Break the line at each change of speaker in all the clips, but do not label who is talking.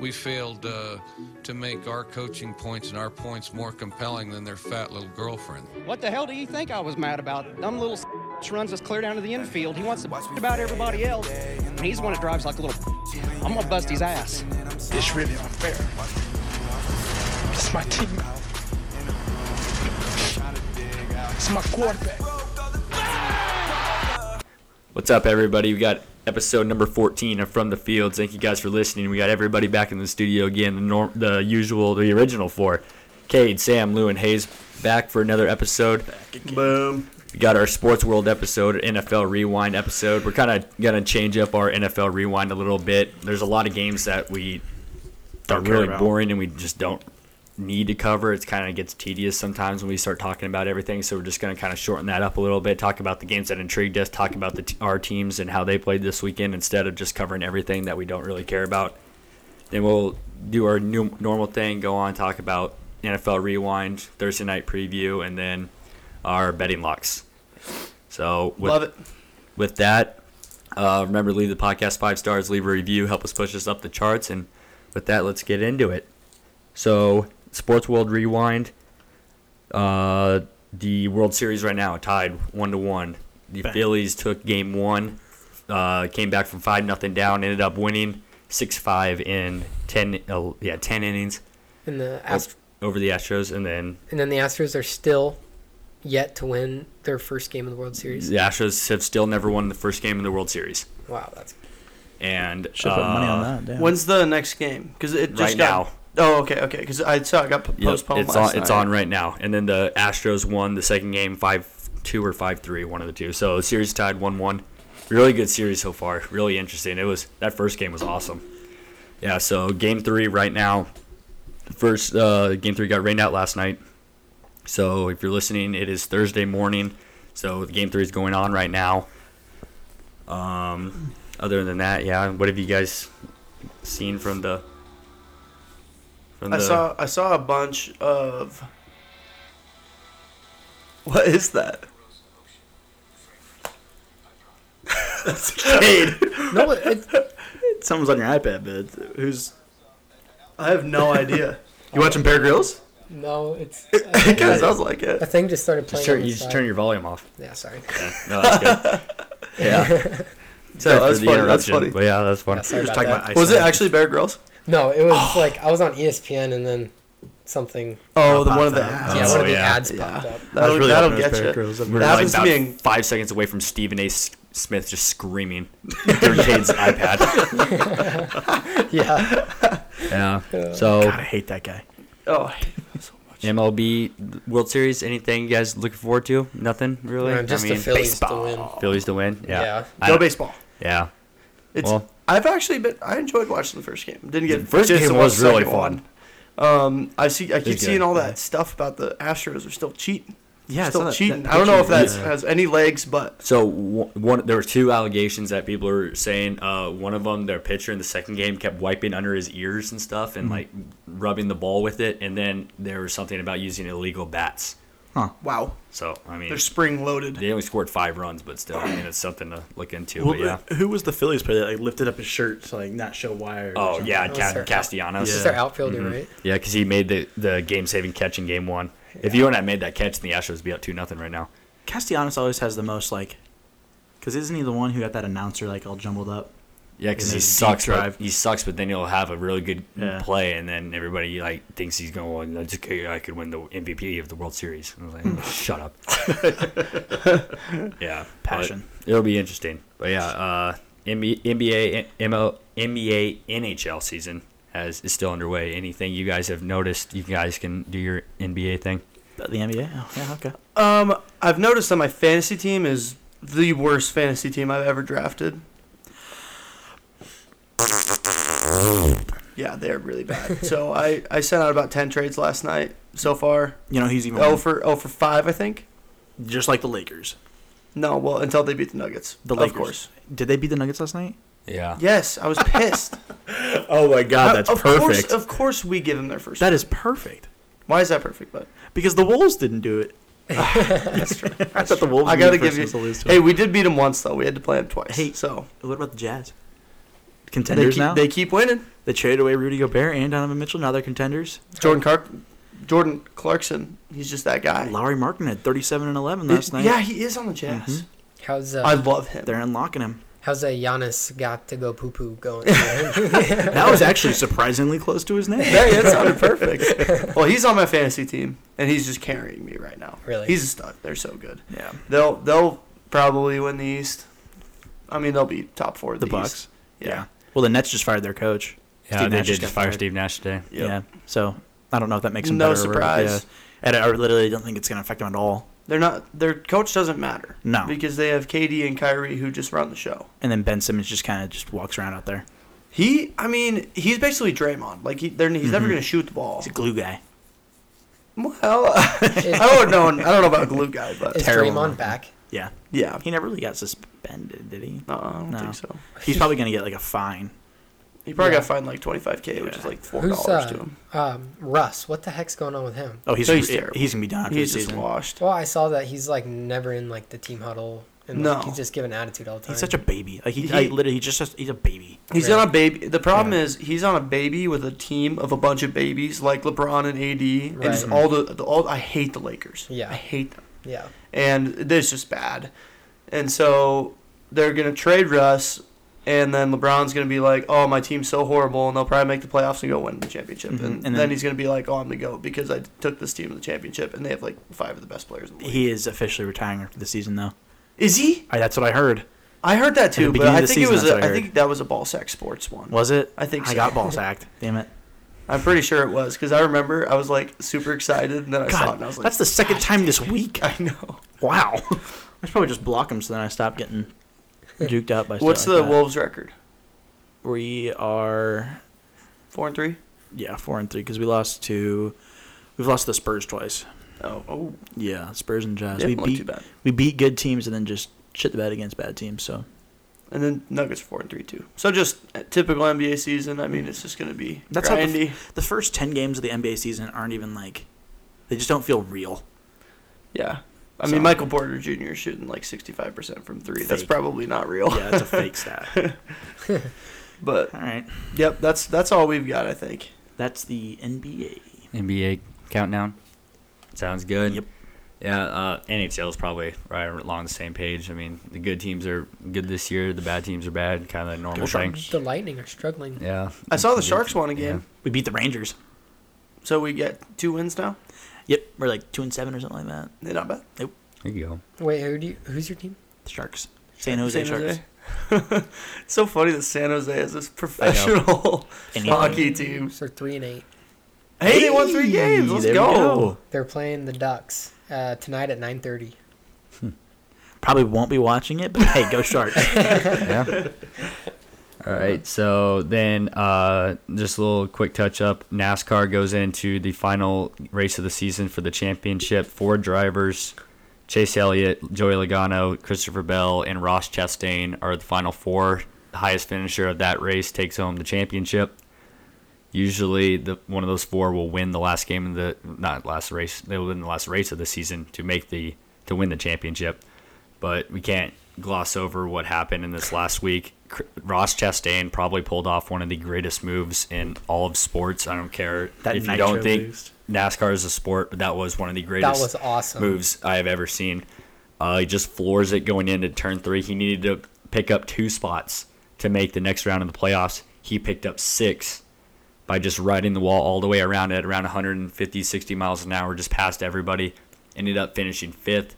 we failed uh, to make our coaching points and our points more compelling than their fat little girlfriend.
What the hell do you think I was mad about? Dumb little runs us clear down to the infield. He wants to about everybody else, and he's the one that drives like a little. I'm gonna bust his ass.
It's really unfair. It's my team. It's my quarterback.
What's up, everybody? We got episode number 14 of From the Fields. Thank you guys for listening. We got everybody back in the studio again, the, norm, the usual, the original four. Cade, Sam, Lou, and Hayes back for another episode.
Boom.
We got our Sports World episode, NFL Rewind episode. We're kind of going to change up our NFL Rewind a little bit. There's a lot of games that we are
Don't care
really
about.
boring and we just don't need to cover. It's kind of gets tedious sometimes when we start talking about everything. So we're just going to kind of shorten that up a little bit, talk about the games that intrigued us, talk about the t- our teams and how they played this weekend instead of just covering everything that we don't really care about. Then we'll do our new normal thing, go on talk about NFL Rewind, Thursday night preview, and then our betting locks. So with,
Love it.
with that, uh, remember leave the podcast five stars, leave a review, help us push us up the charts, and with that, let's get into it. So, Sports World Rewind, uh, the World Series right now tied one to one. The
Bang.
Phillies took Game One, uh, came back from five nothing down, ended up winning six five in ten uh, yeah ten innings
And the Ast-
over the Astros, and then
and then the Astros are still yet to win their first game of the World Series.
the Astros have still never won the first game of the World Series.
Wow, that's
And
Should put money
uh,
on that. Damn.
When's the next game? Because it just
Right
got.
now.
Oh, okay, okay. Because I saw it got p-
Yep,
postponed
It's
last
on. It's
night.
on right now. And then the Astros won the second game, five two or five three, one of the two. So the series tied one one. Really good series so far. Really interesting. It was that first game was awesome. Yeah. So game three right now. First uh, game three got rained out last night. So if you're listening, it is Thursday morning. So the game three is going on right now. Um, other than that, yeah. What have you guys seen from the? From
I saw. I saw a bunch of. What is that?
Cade,
no. It,
someone's on your iPad, but who's?
I have no idea.
You watching Bear Grylls?
no, it's.
it kind of sounds like
The
it.
thing just started playing.
Just turn,
on the
you just
side.
turn your volume off.
Yeah, sorry.
No, that's good. yeah.
So that's funny. That's funny.
But yeah, that's
Yeah,
funny.
sorry
Just
about
talking
that.
about
Was it actually Bear Grylls?
No, it was like I was on E ESPN and then something.
Oh, the
Pop
one of the
that.
ads.
Yeah,
Oh,
one of the
yeah.
ads popped
I
up.
was
That'll,
really
that'll
hoping it
get
was Bear
you.
Grylls.
We're
That
like
happens to
about
me in
five seconds away from Stephen A. S- Smith just screaming through Cade's iPad.
Yeah,
Yeah. So
God, I hate that guy.
Oh,
MLB World Series, anything you guys looking forward to? Nothing really.
Uh, just the Phillies to win.
Phillies to win. Yeah.
Yeah.
I
go
don't-
baseball.
yeah.
It's.
Well-
I've actually been. I enjoyed watching the first game. Didn't get
The first
just
game
to watch
was
the
really
second
fun.
one. Um, I see. I keep
good,
seeing all
yeah.
that stuff about the Astros are still cheating.
Yeah, I saw
still
that-
cheating.
that
I don't know if
picture
that
was-
has any legs, but
So one, one there were two allegations that people are saying. Uh, one of them, their pitcher in the second game kept wiping under his ears and stuff, and like rubbing the ball with it. And then there was something about using illegal bats.
wow,
So I mean,
they're spring loaded.
they only scored five runs, but still, I mean, it's something to look into.
Who,
but yeah.
who was the Phillies player that like lifted up his shirt to like not show why? Or
Oh
something?
yeah,
was
Ca-
their-
Castellanos.
it's just
Yeah.
their outfielder, right?
Yeah, because he made the, the game saving catch in game one. If you wouldn't have made that catch, then the Astros would be up two nothing right now.
Castellanos always has the most like, because isn't he the one who got that announcer like all jumbled up?
Yeah, because
And then
he
deep
sucks. But
drive.
he sucks, but then he'll have a really good
Yeah.
play, and then everybody like thinks he's going. Well, I just- I could win the MVP of the World Series. And I was like,
Hmm.
"Oh, shut up. yeah, but
Passion.
it'll be interesting. But yeah, uh, NBA, NBA, ML, NBA, NHL season has is still underway. Anything you guys have noticed? You guys can do your NBA thing.
The NBA. Oh, yeah, okay.
Um, I've noticed that my fantasy team is the worst fantasy team I've ever drafted. Yeah, they're really bad. so I, I sent out about ten trades last night so far.
You know he's even
Oh for oh for five, I think.
just like the Lakers.
No, well until they beat the Nuggets.
The
of
Lakers.
course.
Did they beat the Nuggets last night?
Yeah.
Yes, I was pissed.
Oh my God,
of Course, of course, we give them their first.
Ah, That is perfect
Why is that perfect? But
because the Wolves didn't do it.
that's true.
I thought the Wolves.
I
were the
gotta
first
give you.
ones to lose to
Hey,
them.
we did beat them once though. We had to play them twice.
Hey,
so
what about the Jazz?
they
Contenders
keep,
now.
they keep winning.
They traded away Rudy Gobert and Donovan Mitchell. Now they're contenders.
Jordan Clark, Jordan Clarkson. He's just that guy.
Lowry Markin had 37 and 11 last
It-
night. Mm-hmm.
Yeah, he is on the Jazz.
How's uh,
I love him.
They're unlocking him.
how's uh, Giannis got to go poo poo going?
That was actually surprisingly close to his name.
Hey, that sounded perfect. well, he's on my fantasy team, and he's just carrying me right now.
Really?
he's a stud. They're so good.
Yeah.
They'll they'll probably win the East. I mean, they'll be top four. Of
The
the,
Bucks.
East. Yeah.
Well, the Nets just fired their coach.
Yeah,
Steve
they
Nash
did
got
just fire
fired.
Steve Nash today.
Yep.
Yeah. So I don't know if that makes him
No
better or worse.
surprise.
Yeah. And I literally don't think it's going to affect him at all.
They're not. Their coach doesn't matter.
No.
Because they have KD and Kyrie who just run the show.
And then Ben Simmons just kind of just walks around out there.
He, I mean, he's basically Draymond. Like he, they're, he's never
Mhm.
gonna shoot the ball.
He's a glue guy.
Well, I don't know. I don't know about glue guy,
Is
but
terrible.
Draymond back?
Yeah.
yeah,
He never really got suspended, did he?
no, I don't
No.
think so.
He's probably going to get like a fine.
He probably
Yeah.
got fined like twenty five k, which is like four
Who's
dollars to
uh,
him.
um, Russ? What the heck's going on with him?
Oh, he's
So he's
he's,
terrible.
gonna be done after
He's
the
just
season.
washed.
Well, I saw that he's like never in like the team huddle, and
No.
like, he's just giving attitude all the time.
He's such a baby. Like he,
He-
I literally, he just he's a baby.
He's
Really?
on a baby. The problem is he's on a baby with a team of a bunch of babies like LeBron and AD and just
Right.
all the, the all. I hate the Lakers.
Yeah.
I hate them,
yeah.
and this is just bad. And so they're gonna trade Russ, and then LeBron's gonna be like, "Oh, my team's so horrible," and they'll probably make the playoffs and go win the championship.
Mhm.
And,
And
then,
then-
he's gonna be like, "Oh, I'm the goat because I took this team to the championship, and they have like five of the best players in the league."
He is officially retiring after the season, though.
is he?
I, that's what I heard.
I heard that too, but
beginning of
I
the
think it
season,
was.
that's
A,
what I
I think that was a ball sack sports one.
Was it?
I think
I
so.
got ball sacked. Damn it!
I'm pretty sure it was because I remember I was like super excited and then I saw it
God,
and I was like,
that's the second time this week.
I know.
Wow. I should probably just block him so then I stop getting juked up by. stuff
What's
like
the
that.
Wolves record?
We are
Four and three.
yeah four and three because we lost to we've lost to the Spurs twice.
Oh, oh,
Yeah, Spurs and Jazz.
didn't
we
look
beat
too bad.
we beat good teams and then just shit the bed against bad teams. So
And then Nuggets are four and three too. So just a typical NBA season. I mean, it's just gonna be
That's how the f-
grindy.
the first ten games of the NBA season aren't even like they just don't feel real.
yeah. I
So-
mean, Michael Porter Jr. is shooting like 65% from three. That's
Fake.
probably not real.
Yeah, it's a fake stat.
But
All right,
yep, that's that's all we've got. I think.
that's the NBA.
NBA countdown. Sounds good.
Yep.
Yeah, uh, NHL is probably right along the same page. I mean, the good teams are good this year. The bad teams are bad. Kind of the normal thing.
Sharks.
The Lightning are struggling.
Yeah.
I saw the Sharks won a game,
We beat the Rangers.
so we get two wins now.
Yep, we're like two and seven or something like that.
They're not bad.
There you go.
Wait, who do you, who's your team?
The Sharks, San Jose
San
Sharks.
Jose. it's so funny that San Jose is this professional
And you-
hockey team.
So three and eight.
Hey, they won three games. Let's
there we
go.
They're playing the Ducks uh, tonight at nine thirty.
Probably won't be watching it, but hey, go Sharks.
yeah. All right. So then, uh, just a little quick touch up. NASCAR goes into the final race of the season for the championship. Four drivers: Chase Elliott, Joey Logano, Christopher Bell, and Ross Chastain are the final four. The highest finisher of that race takes home the championship. Usually, the one of those four will win the last game of the not last race. They will win the last race of the season to make the to win the championship but we can't gloss over what happened in this last week. Cr- Ross Chastain probably pulled off one of the greatest moves in all of sports. I don't care
That
if you
nitro
don't think
boost.
NASCAR is a sport, but that was one of the
That
greatest
was awesome.
moves I have ever seen. Uh, he just floors it going into turn three. He needed to pick up two spots to make the next round of the playoffs. He picked up six by just riding the wall all the way around at around 150, 60 miles an hour, just past everybody. Ended up finishing fifth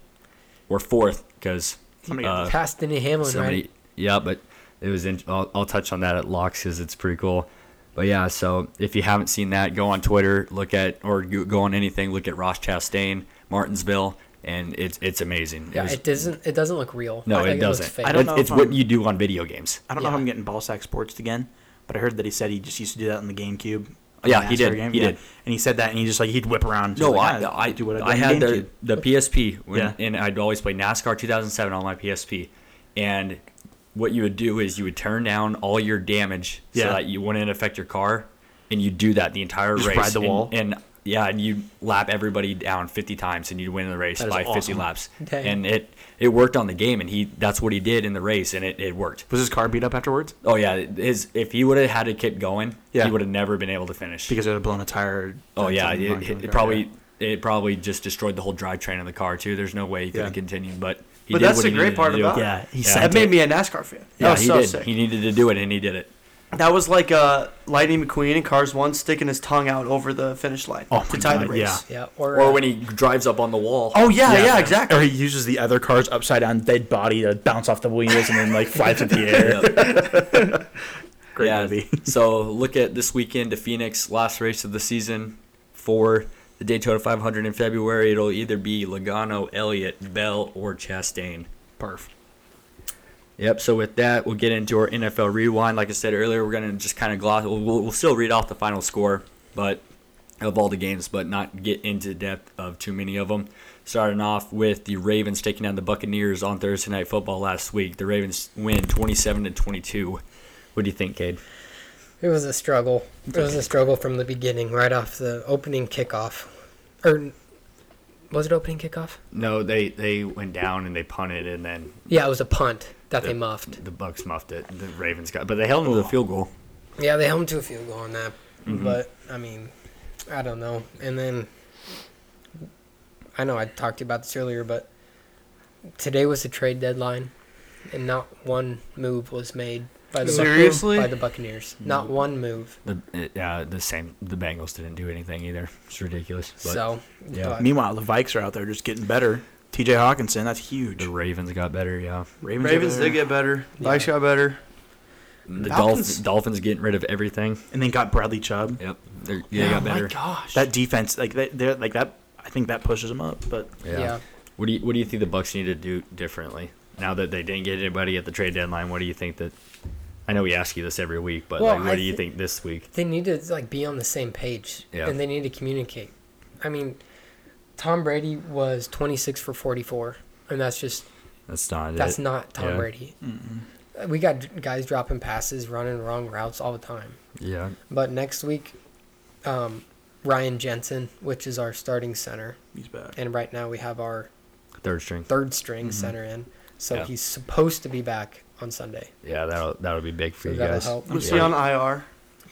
or fourth because
Somebody got
uh,
Past Denny Hamlin,
somebody.
right?
Yeah, but it was. In, I'll, I'll touch on that at locks because it's pretty cool. But yeah, so if you haven't seen that, go on Twitter, look at or go go on anything, look at Ross Chastain, Martinsville, and it's it's amazing. It
Yeah,
was-
it doesn't. It doesn't look real. I
no, it
think looks
doesn't.
fake.
I don't
It-
know
it's
if
what
I'm-
you do on video games.
I don't know if
Yeah.
I'm getting ball sack sports again, but I heard that he said he just used to do that on the GameCube. on
Oh, Yeah,
the
he
NASCAR
did. He did.
And he said that, and he just like he'd whip around.
No,
like,
I,
"Ah,
I,
do what
I,
I, did on
had
the GameCube."
the, the PSP, when,
Yeah.
and I'd always play NASCAR 2007 on my PSP. And what you would do is you would turn down all your damage
Yeah.
so that you wouldn't affect your car, and you do that the entire
Just
race.
ride the
and-
wall.
And, yeah, and you lap everybody down 50 times and you win the race
That is
by 50
awesome.
laps.
Dang.
And it it worked on the game, and he that's what he did in the race, and it, it worked.
Was his car beat up afterwards?
Oh yeah, his if he would have had to keep going,
Yeah.
he would have never been able to finish.
Because it had blown a tire.
oh
done
yeah,
something wrong
it,
to the
it, it
car,
probably
yeah.
it probably just destroyed the whole drivetrain of the car too. There's no way he could
Yeah.
have continued, but he
But
did
that's
what
the
he
great
needed
part
to do.
about it.
Yeah, he
Yeah.
sent
That
it.
made me a NASCAR fan. That
Yeah,
was
he
so
did.
sick.
He needed to do it, and he did it.
That was like uh, Lightning McQueen in Cars One sticking his tongue out over the finish line
Oh
to
my
tie the
God,
race.
yeah.
Yeah, or,
Or
uh,
when he drives up on the wall.
Oh yeah, yeah, exactly.
Or he uses the other car's upside down dead body to bounce off the wheels and then like fly through the air. Great movie.
so look at this weekend to Phoenix, last race of the season for the Daytona 500 in February. It'll either be Logano, Elliott, Bell, or Chastain.
Perf.
Yep. So with that, we'll get into our NFL rewind. Like I said earlier, we're gonna just kind of gloss. We'll, we'll, we'll still read off the final score, but of all the games, but not get into depth of too many of them. Starting off with the Ravens taking down the Buccaneers on Thursday Night Football last week. The Ravens win 27 to 22. What do you think, Cade?
it was a struggle. It was a struggle from the beginning, right off the opening kickoff, or was it opening kickoff?
No, they they went down and they punted, and then
Yeah, it was a punt that they muffed.
the Bucks muffed it. The Ravens got, but they held them to the field goal.
Yeah, they held him to a field goal on that.
Mm-hmm.
But I mean, I don't know. And then I know I talked to you about this earlier, but today was the trade deadline, and not one move was made by the Buc-
Seriously?
by the Buccaneers.
Mm.
Not one move.
The uh, the same. The Bengals didn't do anything either. It's ridiculous. But
so
yeah.
but
Meanwhile, the Vikes are out there just getting better. TJ Hawkinson, that's huge.
the Ravens got better. Yeah.
Ravens, are
Ravens
there.
did get better. Vikes got better.
Falcons-
The Dolphins, Dolphins getting rid of everything.
and then got Bradley Chubb.
Yep. They're, yeah, they got better.
Oh My gosh.
That defense, like they, they're like that. I think that pushes them up. But
yeah.
What do you What do you think the Bucks need to do differently now that they didn't get anybody at the trade deadline? What do you think that? I know we ask you this every week, but
Well,
like, what
I
do you
thi-
think this week?
they need to like be on the same page
Yeah.
and they need to communicate i mean tom brady was 26 for 44 and that's just
That's not.
that's
it.
not tom
yeah.
brady Uh, we got d- guys dropping passes running wrong routes all the time
Yeah.
but next week um, ryan jensen which is our starting center
he's back.
and right now we have our
Third string.
third string center in so
Yeah.
he's supposed to be back on sunday
Yeah, that'll that'll be big for
so
you
that'll
guys.
help
Was he on IR?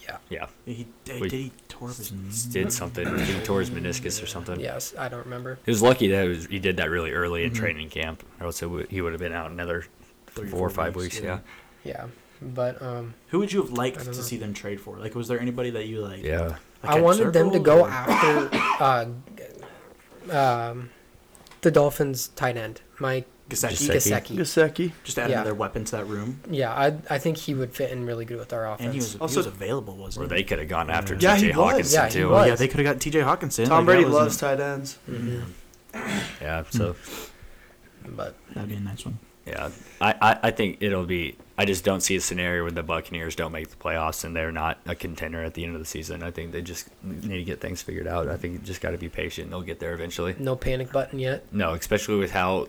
yeah
Yeah.
He did.
Wait.
did he tore up his knee?
Did something. I think he tore his meniscus or something.
yes i don't remember
He was lucky that it was, he did that really early in training camp, or else it would, he would have been out another
Mm-hmm. Three,
four or
four
five
weeks,
weeks.
yeah.
Yeah.
yeah but um,
Who would you have liked
I
to
don't know.
see them trade for? Like, was there anybody that you like?
Yeah.
like
I
had
wanted them to
circled,
go
or-
after uh, g- um, the Dolphins' tight end, Mike
Gesicki.
Gesicki.
Gasecki.
Gasecki.
Just add
Yeah.
another weapon to that room.
Yeah, I I think he would fit in really good with our offense.
And he was, he
Also-
was available, wasn't
Or
he?
they could have gone after
Yeah, he
T.J.
was.
Hawkinson
Yeah, he
too.
was.
Yeah, they could have got TJ Hawkinson.
Tom
Like, that
Brady
wasn't-
loves tight ends.
Yeah. So
but
That'd be a nice one.
yeah, I, I, I think it'll be. I just don't see a scenario where the Buccaneers don't make the playoffs and they're not a contender at the end of the season. I think they just need to get things figured out. I think you just got to be patient. They'll get there eventually.
no panic button yet.
No, especially with how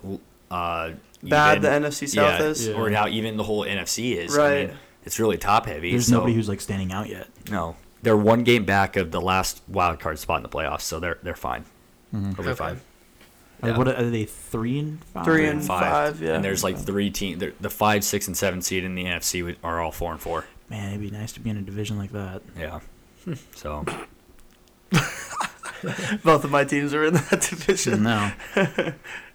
uh,
Bad
even-
the NFC South
yeah,
is.
or how even the whole NFC is. I
Right.
mean, it's really top heavy.
There's
so
nobody who's like standing out yet.
no, they're one game back of the last wild card spot in the playoffs, so they're they're fine.
Mm-hmm.
They'll be
Okay.
fine.
Are-
Yeah.
What are, are they? Three and five.
Three
And
and-
five,
Five, yeah.
and there's like three team. The the five, six, and seven seed in the NFC would- are all four and four.
man, it'd be nice to be in a division like that.
Yeah. So
Both of my teams are in that division.
No,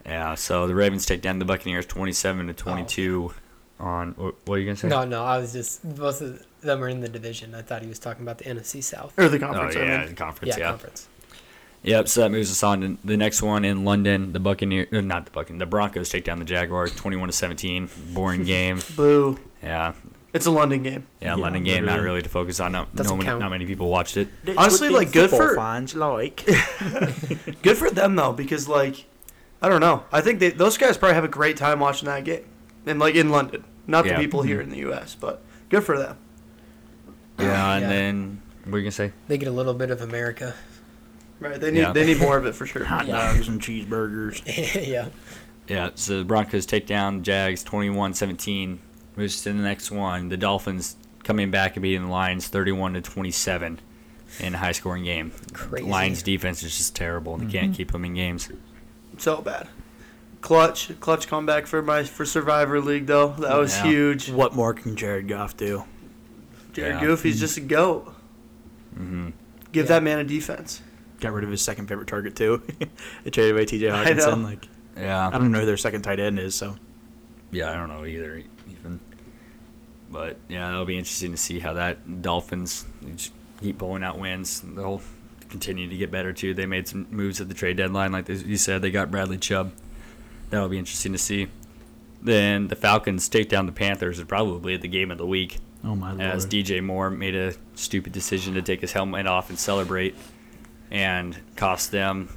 yeah, so the Ravens take down the Buccaneers twenty-seven to twenty-two. On wh- what are you gonna say?
No, no, I was just both of them are in the division. I thought he was talking about the NFC South.
Or the
Oh
conference. I
yeah,
mean.
conference.
Yeah,
Yeah.
conference.
Yep. So that moves us on to the next one in London. The Buccaneer, uh, not the Buccaneers, the Broncos take down the Jaguars, twenty-one to seventeen. Boring game.
Boo.
Yeah.
It's a London game.
Yeah,
Yeah,
London game, not
literally.
really to focus on. Not,
Doesn't
no, many,
count.
not many people watched it.
Honestly, like, good for-
fans like.
Good for them though, because like, I don't know. I think they, those guys probably have a great time watching that game, and like in London, not
Yeah.
the people here in the U.S., but good for them.
Yeah, and
Yeah.
then what are you gonna say?
They get a little bit of America.
Right? They need
Yeah.
they need more of it for sure.
Hot dogs and cheeseburgers.
yeah,
Yeah, so the Broncos take down Jags 21-17. Moves to the next one. The Dolphins coming back and beating the Lions 31 to 27. in a high scoring game.
Crazy.
Lions defense is just terrible and they can't keep them in games.
So bad. Clutch, clutch comeback for my for Survivor League though. That was
Yeah.
huge.
What more can Jared Goff do?
Jared
Yeah.
Goofy's just a goat.
Mm-hmm.
Give
Yeah.
that man a defense.
Got rid of his second favorite target too. they traded away T.J.
I
Hawkinson.
know.
Like
Yeah.
I don't know who their second tight end is. So
Yeah, I don't know either, even. But yeah, it'll be interesting to see how that Dolphins they just keep pulling out wins. and They'll continue to get better too. They made some moves at the trade deadline, like you said. They got Bradley Chubb. That'll be interesting to see. Then the Falcons take down the Panthers is probably the game of the week,
oh my
as
lord.
DJ Moore made a stupid decision to take his helmet off and celebrate, and cost them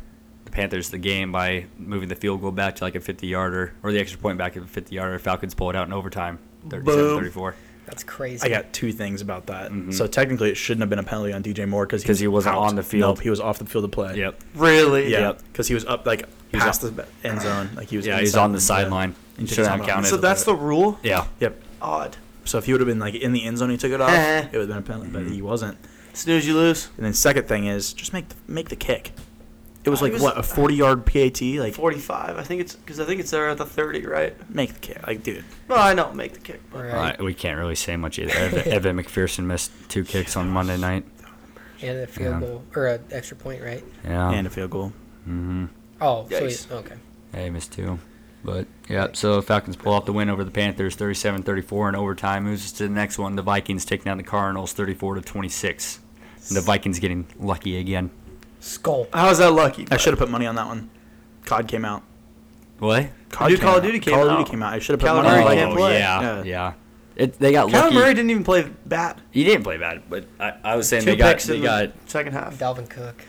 the Panthers the game by moving the field goal back to like a 50 yarder or the extra point back to a 50 yarder. Falcons pull it out in overtime, 37-34,
That's crazy.
I got two things about that. So technically, it shouldn't have been a penalty on DJ Moore because
'Cause Mm-hmm. he wasn't on the field.
Nope, he was off the field of play.
Yep.
Really?
Yeah,
Yep.
because he was up like
was
past
up-
the end zone. Like he was.
Yeah,
inside
he's on the
yeah.
sideline.
And took
Should
his
not
helmet
count
off.
it.
So that's the rule?
Yeah.
Yep.
Odd.
So if he would have been like in the end zone, he took it off.
Eh.
it would have been a penalty, but he wasn't.
Snooze you lose.
And then second thing is just make the, make the kick. It was
Oh, he
like
was-
what a forty yard PAT. Like
45. I think it's because I think it's there at the 30, right?
make the kick. Like dude,
No, I know. Make the kick. but-
Right.
Uh, we can't really say much either. Ev- Evan McPherson missed two kicks on Monday night.
And a field
Yeah.
goal or an extra point, right?
Yeah.
and a field goal.
hmm
Oh, so
Yikes.
he- okay.
Yeah, he missed two. But yeah, so Falcons pull off the win over the Panthers 37-34 in overtime. Moves us to the next one. The Vikings taking down the Cardinals 34 to 26. And the Vikings getting lucky again.
Skull.
How is that lucky?
I should have put money on that one. COD came out.
What? Oh,
COD
Dude, Call of
out.
Duty came
Call of
out.
Duty came out. I should have put
Kyler
money
Murray
on the
can't
Vikings.
play.
yeah,
Yeah.
yeah. It, they got
Kyler
lucky.
Murray didn't even play bad.
He didn't play bad, but I, I was saying
Two
they got
picks
they
in
got
the second half.
Dalvin Cook.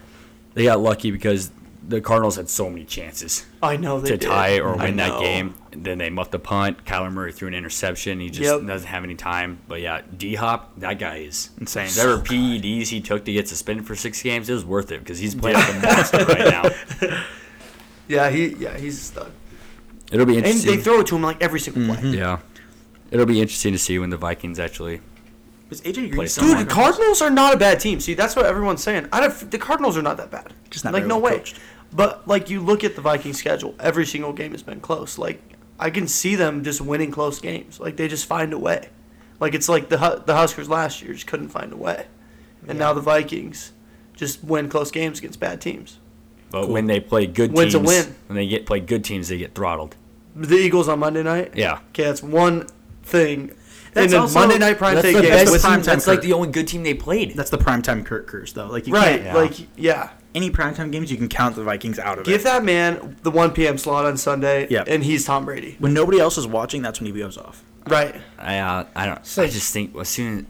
they got lucky because the Cardinals had so many chances
I know they
to
did.
tie or
I
win that
know.
game. And then they muffed the punt. Kyler Murray threw an interception. He just
Yep.
doesn't have any time. But yeah, D Hop, that guy is
Insane.
Whatever PEDs E he took to get suspended for six games, it was worth it because he's playing like a monster right now.
Yeah, he. Yeah, he's a stud.
It'll be
And
interesting.
they throw it to him like every single play.
yeah, it'll be interesting to see when the Vikings actually.
Was AJ Green
Play
still
Dude,
on
the
it?
Cardinals are not a bad team. See, that's what everyone's saying. I don't, the Cardinals are not that bad.
Just not
like
very
no
well
way.
coached.
But like you look at the Viking schedule, every single game has been close. Like I can see them just winning close games. Like they just find a way. Like it's like the Hu- the Huskers last year just couldn't find a way, and now the Vikings just win close games against bad teams.
But when they play good
Win's a
teams,
win.
when they get play good teams, they get throttled.
The Eagles on Monday night.
Yeah.
Okay, that's one thing.
That's
and then
also-
Monday night prime
that's
time
the
game.
best
with-
time- primetime
that's like
curve.
the only good team they played.
That's the primetime Kirk curse though. Like you
right.
can't,
Yeah.
Like yeah.
any primetime games you can count the Vikings out of
Give
it.
that man the 1 p.m. slot on Sunday,
Yep.
and he's Tom Brady.
when nobody else is watching, that's when he goes off.
Right.
I, uh, I don't.
So-
I just think as soon. as-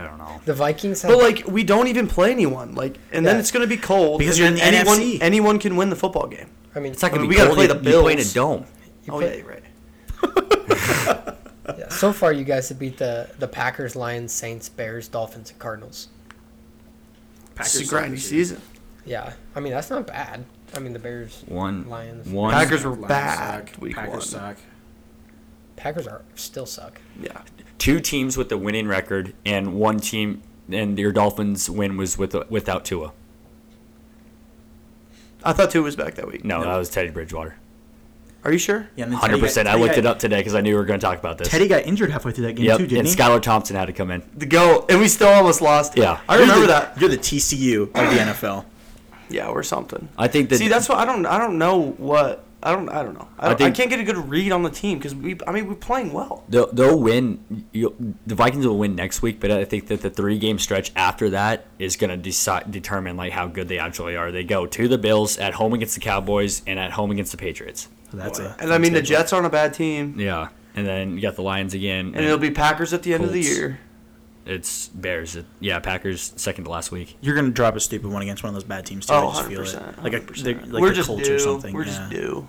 I don't know.
The Vikings have
But like we don't even play anyone. Like and then
Yeah.
it's gonna be cold
Because
and
you're in
then
the
anyone,
NFC.
Anyone can win the football game.
I mean
It's not gonna
I mean,
be.
we gotta
cold.
play the
You- you play in a
Bills.
dome.
you
oh
play-
yeah, you're right.
yeah, so far you guys have beat the the Packers, Lions, Saints, Bears, Dolphins, and Cardinals.
Packers it's a grindy season.
Yeah. I mean that's not bad. I mean the Bears
One.
Lions.
One.
Packers were bad week one.
Packers suck.
Packers are still suck.
Yeah.
Two teams with a winning record, and one team, and your Dolphins win was with without Tua.
I thought two was back that week.
No, that was Teddy Bridgewater.
Are you sure?
Yeah, and then Teddy
Hundred
got-
percent. I
Teddy
looked
got-
it up today because I knew we were going to talk about this.
Teddy got injured halfway through that game
Yep.
too,
And
didn't he?
Skylar Thompson had to come in.
The goal and we still almost lost.
Yeah.
I remember
you're the,
that.
You're the TCU of the NFL.
Yeah, or something.
I think that.
See, that's what I don't. I don't know what. I don't. I don't know. I,
I
don't- I
think-
can't get a good read on the team because we. I mean, we're playing well.
They'll, they'll win. you the Vikings will win next week, but I think that the three game stretch after that is going to decide determine like how good they actually are. They go to the Bills at home against the Cowboys and at home against the Patriots.
That's a
And I mean, the Jets aren't a bad team,
Yeah, and then you got the Lions again.
and it'll be Packers at the end of the
Colts.
year.
it's Bears. It- yeah, Packers second to last week.
You're gonna drop a stupid one against one of those bad teams too.
Oh,
I just
100
feel it.
percent.
Like a they're- like
we're
the
just
Colts
due.
or something.
We're
yeah.
just due.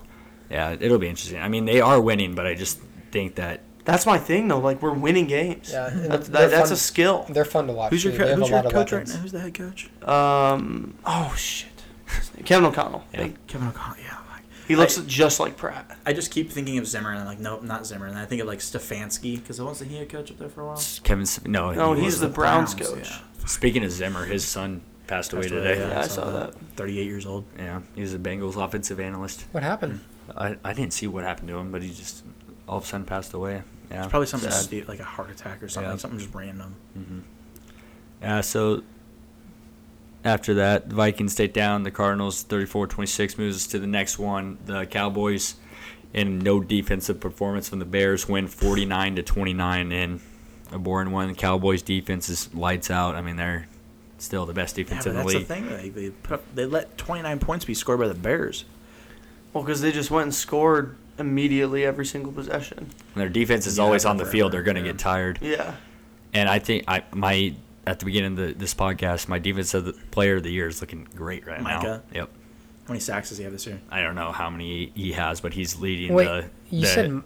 Yeah, it'll be interesting. I mean, they are winning, but I just think that
That's my thing though. Like we're winning games.
Yeah, and
that's,
they're
that, that's
fun-
a skill.
They're fun to watch.
Who's your
too.
co-
They have
who's
a
your
lot of
coach right
weapons.
now? Who's the head coach?
Um. Oh shit. Kevin O'Connell. Thank-
Uh, Kevin O'Connell. Yeah. like-
He looks just like Pratt.
I just keep thinking of Zimmer, and I'm like, nope, not Zimmer. And I think of like Stefanski because wasn't he a coach up there for a while?
Kevin. S- No,
No,
he
he's
wasn't.
the Browns coach.
yeah.
Speaking of Zimmer, his son passed away today.
yeah. I saw that.
38 years old.
Yeah, he was a Bengals offensive analyst.
What happened?
Hmm.
I, I didn't see what happened to him, but he just all of a sudden passed away. Yeah,
Probably something
sad.
stu- like a heart attack or something.
Yeah.
Something just random.
Yeah, Uh, so after that, the Vikings take down the Cardinals 34-26 moves us to the next one. The Cowboys in no defensive performance from the Bears win 49 to 29 in a boring one. The Cowboys defense is lights out. I mean, they're still the best
Yeah,
defense
but
in the
that's the
league.
thing. Like, they put up, they let 29 points be scored by the Bears.
Well, because they just went and scored immediately every single possession.
When their defense is
Yeah,
always on the
forever,
field, they're going to
yeah.
get tired.
Yeah.
And I think I my at the beginning of the, this podcast, my defensive player of the year is looking great right
Micah?
now. Yep.
How many sacks does he have this year?
I don't know how many he has, but he's leading
Wait,
the.
you
the-
said m-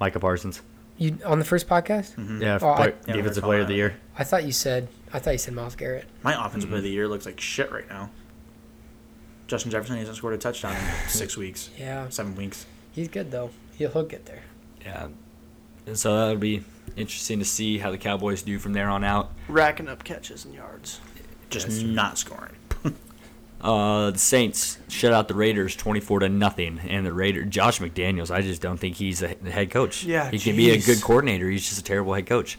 Micah Parsons.
you on the first podcast?
Hmm.
Mm-hmm.
Yeah,
Oh, I-
play,
Yeah,
defensive
we're
player of the year.
I thought you said I thought you said Miles Garrett.
My offensive player of
Mm-hmm.
the year looks like shit right now. Justin Jefferson hasn't scored a touchdown in six weeks,
Yeah,
seven weeks.
he's good though. He'll, he'll get there.
Yeah, and so that would be interesting to see how the Cowboys do from there on out.
Racking up catches and yards.
Just not scoring.
Uh, the Saints shut out the Raiders twenty-four to nothing, and the Raider Josh McDaniels. I just don't think he's a, the head coach.
Yeah,
he can be a
jeez.
good coordinator. He's just a terrible head coach.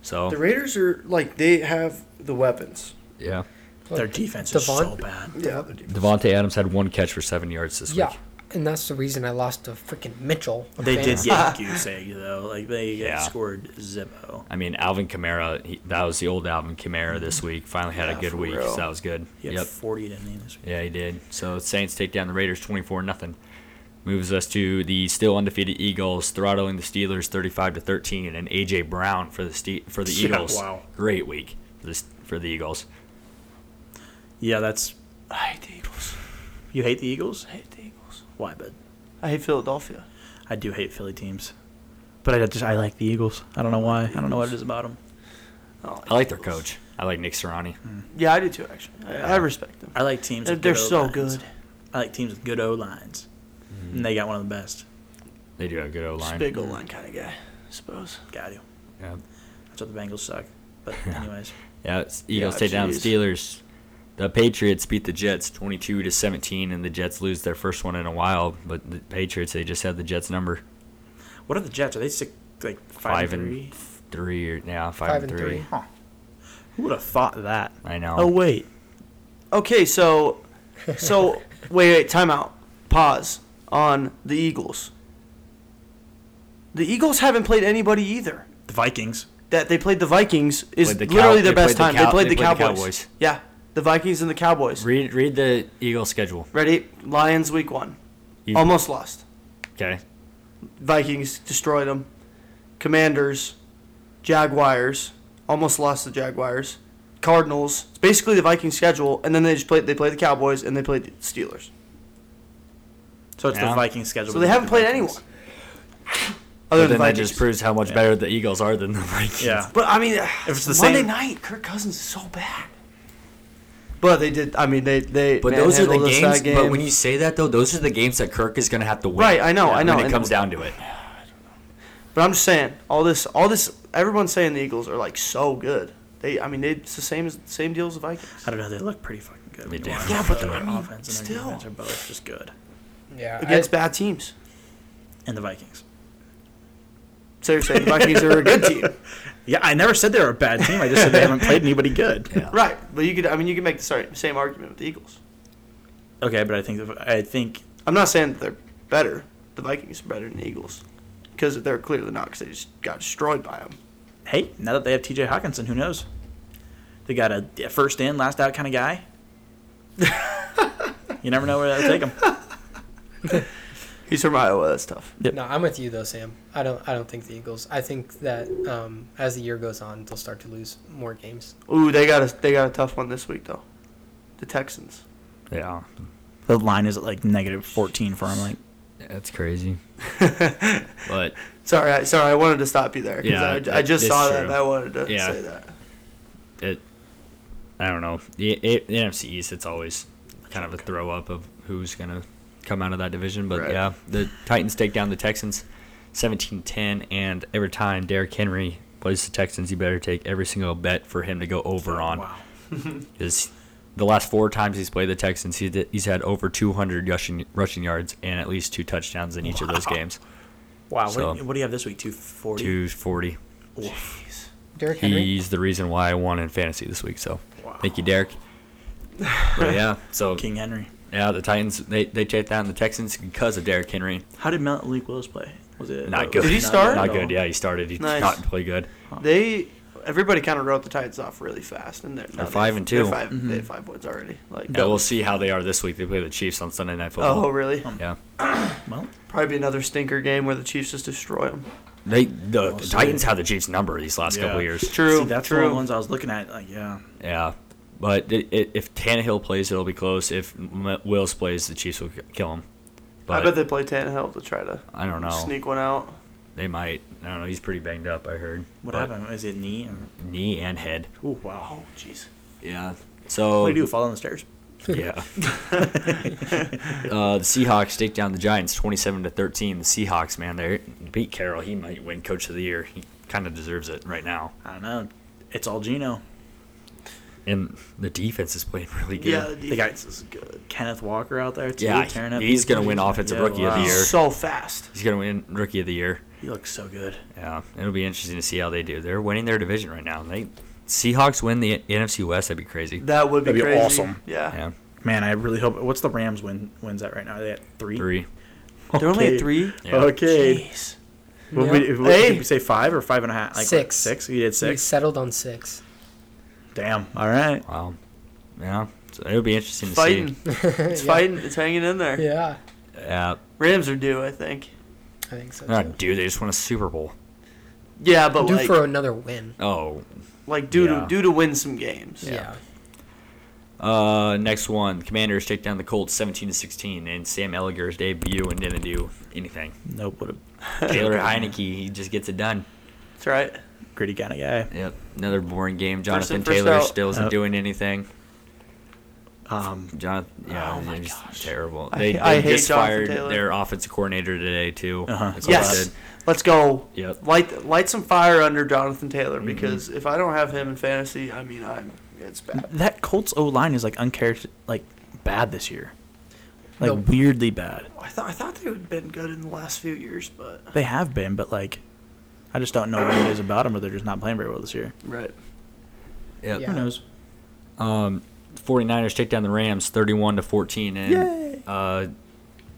So
The Raiders are like they have the weapons.
yeah,
Their defense is so
Devon-
bad.
Yeah.
Devonte Adams had one catch for seven yards this
Yeah,
week.
and that's the reason I lost to freaking Mitchell. on
They did
fantasy.
get Gusig though. Like they
Yeah.
scored Zippo.
I mean, Alvin Kamara. He, that was the old Alvin Kamara this week. Finally had
Yeah,
a good
for
week.
real.
So that was good.
He had 40 didn't he this week?
Yeah, he did. So Saints take down the Raiders 24 nothing. Moves us to the still undefeated Eagles throttling the Steelers 35 to 13 and AJ Brown for the Ste- for the
Yeah,
Eagles.
wow.
Great week for this for the Eagles.
Yeah, that's.
I hate the Eagles.
You hate the Eagles?
I hate the Eagles.
Why, bud?
I hate Philadelphia.
I do hate Philly teams, but I just I like the Eagles. I don't know why. I don't know what it is about them.
don't
I like their
the Eagles.
coach. I like Nick Serrani.
Yeah, I do too. Actually, I, I respect them.
I like teams.
They're,
With
they're
good
so
O-lines.
good.
I like teams with good O lines, and they got one of the best.
They do have a good O
Just
line.
big old line kind of guy, I suppose.
Got you.
Yeah.
That's what the Bengals suck. But anyways,
Yeah, it's Eagles
Yeah,
take down the
geez.
Steelers. The Patriots beat the Jets 22 to 17 and the Jets lose their first one in a while, but the Patriots they just had the Jets number
what are the Jets? Are they sick? Like five,
5
and three?
and 3 or yeah, 5,
Five
and
and
3.
three.
Huh. Who would have thought that?
I know.
Oh wait,
Okay, so, so wait, wait, time out. Pause on the Eagles. The Eagles haven't played anybody either.
the Vikings.
That they played the Vikings is
Played the Cow-
literally
they
their best
played the
time.
Cow-
they played,
they
the,
played the
Cowboys.
Cowboys.
Yeah, the Vikings and the Cowboys.
Read read the Eagles schedule.
Ready? Lions week one,
You-
almost lost.
Okay.
Vikings destroyed them. Commanders, Jaguars, almost lost the Jaguars. Cardinals. It's basically the Vikings schedule, and then they just played. They played the Cowboys and they played the Steelers.
So it's
Yeah.
the Vikings schedule.
So
with
they
the
haven't played
Vikings.
anyone. Other
But
than
then that
Vikings.
just proves how much better the Eagles are than the Vikings.
Yeah.
but I mean,
If it's the
Monday
same-
night, Kirk Cousins is so bad. But they did. I mean, they they.
But those are the
manhandled us that
games. But
game.
when you say that though, those are the games that Kirk is going to have to win.
Right, I know, I know,
When it
and-
comes down to it,
But I'm just saying, all this, all this, everyone's saying the Eagles are like so good. They, I mean, they, it's the same as same deal as the Vikings.
I don't know. They look pretty fucking good.
They
when
do.
you watch
Yeah,
them.
but they're-
Their
I mean,
offense and their
still.
defense are both just good.
Yeah, I-
Against bad teams.
And the Vikings.
So you're saying the Vikings are a good team,
Yeah, I never said they were a bad team. I just said they haven't played anybody good.
Yeah.
right? But you could, I mean, you could make the sorry, same argument with the Eagles.
Okay, but I think the, I think
I'm not saying that they're better. The Vikings are better than the Eagles because they're clearly not because they just got destroyed by them.
hey, now that they have T.J. Hawkinson, who knows? They got a a first in, last out kind of guy. you never know where that'll take them.
He's from Iowa. That's tough.
Yep.
No, I'm with you though, Sam. I don't. I don't think the Eagles. I think that um, as the year goes on, they'll start to lose more games.
Ooh, they got a they got a tough one this week though. The Texans.
yeah,
The line is at like negative fourteen for him. Like,
that's crazy. but
Sorry, I, sorry, I wanted to stop you there because
Yeah,
I, I
that-
just
that's
saw that.
true.
and I wanted to
Yeah.
say that.
it, I don't know. The, it, the NFC East, it's always kind of a throw up of who's going to come out of that division. But
Right.
yeah, the Titans take down the Texans 17 10. And every time Derrick Henry plays the Texans, you better take every single bet for him to go over on.
wow,
Because the last four times he's played the Texans, he did, he's had over 200 rushing, rushing yards and at least two touchdowns in each of those games.
Wow.
So-
what, do- what do you have this week? 240?
240.
Jeez.
Derrick Henry.
He's the reason why I won in fantasy this week. So thank you, Derek. But yeah, so
King Henry.
yeah, the Titans they they chased down the Texans because of Derrick Henry.
How did Malik Willis play? Was it
Not
uh,
good.
Did he
not
start?
at
Not
all?
good. Yeah, he started. He
Nice.
not play good.
They everybody kind of wrote the Titans off really fast, and they're, now
They're five and
they're
two.
5 They had five wins already. Like,
Yeah, we'll see how they are this week. They play the Chiefs on Sunday Night Football.
oh really?
Yeah,
Well,
Probably be another stinker game where the Chiefs just destroy them.
they the, the
Oh, see.
Titans have the Chiefs number these last couple
Yeah.
years.
True.
see, that's one
true.
of the ones I was looking at. Like, yeah.
Yeah, but it, it, if Tannehill plays, it'll be close. If M- Wills plays, the Chiefs will k- kill him. But
I bet they play Tannehill to try to
I don't know.
sneak one out.
They might. I don't know. He's pretty banged up. I heard.
What
But
happened? Is it knee? Or...
Knee and head.
Oh, wow.
Jeez.
Yeah. So
What do you do? Fall down the stairs?
yeah. uh, the Seahawks take down the Giants, twenty-seven to thirteen. The Seahawks, man, they beat Carroll. He might win Coach of the Year. He kind of deserves it right now.
I don't know. It's all Gino.
And the defense is playing really good.
Yeah, the
They got-
defense is good.
Kenneth Walker out there, too.
Yeah,
tearing up
he's gonna win
defense.
Offensive Rookie of the Year.
So fast.
He's gonna win Rookie of the Year.
He looks so good.
Yeah, it'll be interesting to see how they do. They're winning their division right now. They Seahawks win the NFC West. That'd be crazy.
That would be,
That'd be
crazy.
awesome.
Yeah.
Yeah,
Man, I really hope. What's the Rams win wins at right now? Are they at three?
three.
They're only
Okay.
at three.
Yeah.
Okay.
Jeez.
What
Yeah.
we, what,
Hey.
did we say five or five and a half? Like
Six.
Six. You did
We
six.
settled on six.
Damn. All right.
Wow. Yeah. So it'll be interesting to
Fighting.
see.
It's fighting. It's hanging in there.
Yeah,
Yeah.
Rams are due, I think.
I think so.
Ah,
Too.
dude, they just won a Super Bowl.
Yeah, but
Due
like,
for another win.
Oh,
like due
Yeah.
to due to win some games.
Yeah.
Uh, next one. Commanders take down the Colts 17 to 16, and Sam Ellinger's debut and didn't do anything.
Nope. What a
Taylor Heineke, he just gets it done.
That's right.
gritty kind of guy.
Yep. Another boring game. Jonathan
in, first
Taylor
out.
still isn't
Yep.
doing anything.
Um,
Jonathan, yeah,
Oh my
it's
gosh.
terrible.
I-
They, they
I hate
just
Jonathan
fired
Taylor.
their offensive coordinator today too.
Uh-huh.
That's all they
Yes.
did.
Let's go.
Yep.
Light light some fire under Jonathan Taylor because if I don't have him in fantasy, I mean I'm it's bad.
that Colts O line is like uncharacter like bad this year, like
Nope.
weirdly bad.
I thought I thought they would have been good in the last few years, but
They have been, but like, I just don't know what it is about them, or they're just not playing very well this year.
right.
Yep.
Yeah.
Who knows?
Um, 49ers take down the Rams 31 to 14, and uh,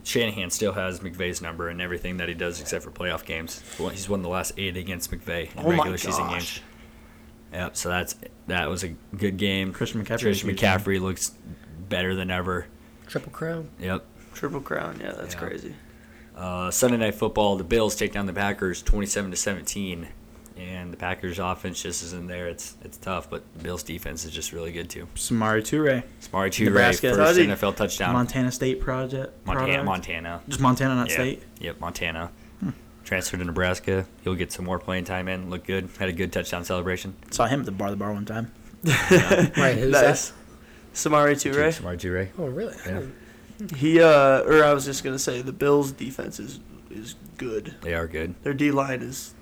Shanahan still has McVay's number and everything that he does except for playoff games. Well, He's won the last eight against McVay in
Oh my
regular season
gosh.
games. Yep. So that's that was a good game.
Christian McCaffrey was
Christian
huge.
McCaffrey looks better than ever.
Triple crown.
Yep.
Triple crown, yeah, that's
Yeah.
crazy.
Uh, Sunday night football, the Bills take down the Packers 27 to 17, and the Packers offense just isn't there. It's it's tough, but the Bills defense is just really good too.
Samari Toure,
Smart two first
Nebraska.
Howdy.
NFL touchdown.
Montana State project.
Montana,
product.
Montana.
Just Montana, not
Yeah.
State.
Yep, Montana. Transferred to Nebraska. He'll get some more playing time in. Look good. Had a good touchdown celebration.
Saw him at the bar, the bar one time.
Right, who's
Nice. Samari too, right?
Samar Jure.
that? Oh, really?
Yeah.
He uh or I was just gonna say the Bills defense is is good.
They are good.
Their D line is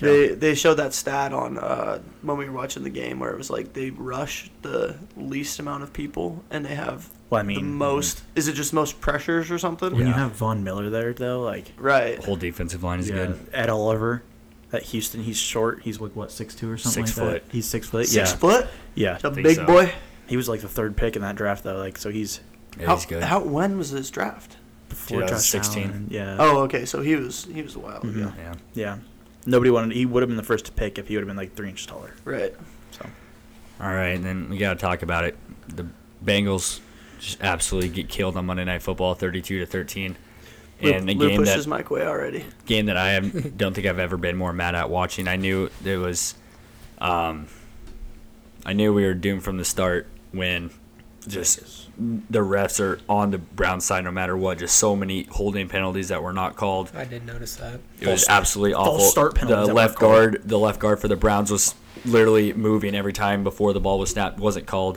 they they showed that stat on uh when we were watching the game where it was like they rush the least amount of people and they have
Well, I
the
mean, mhm.
most is it just most pressures or something?
When you have Von Miller there, though, like
Right.
The whole defensive line is good.
Ed Oliver, at Houston, he's short. He's like what six two or something.
Six
like that?
foot.
He's six foot.
Six
yeah.
foot?
Yeah.
The
think
big
so.
boy?
He was like the third pick in that draft though. Like so he's
Yeah,
how,
he's good.
how when was this draft?
before
Yeah,
Josh
16.
Allen. Yeah. Mm-hmm.
Oh, okay, so he was he was a while ago.
yeah.
Yeah. Nobody wanted. He would have been the first to pick if he would have been like three inches taller.
Right.
So
All right, and then we got to talk about it. The Bengals just absolutely get killed on Monday Night Football, thirty-two to thirteen,
Luke,
and a
Luke
game
pushed
that
his mic way already.
game that I have, don't think I've ever been more mad at watching. I knew it was, um, I knew we were doomed from the start when just the refs are on the Brown side no matter what. Just so many holding penalties that were not called.
I did notice that.
It was absolutely awful.
start penalties
the
that weren't
left
called.
guard, the left guard for the Browns was literally moving every time before the ball was snapped. wasn't called.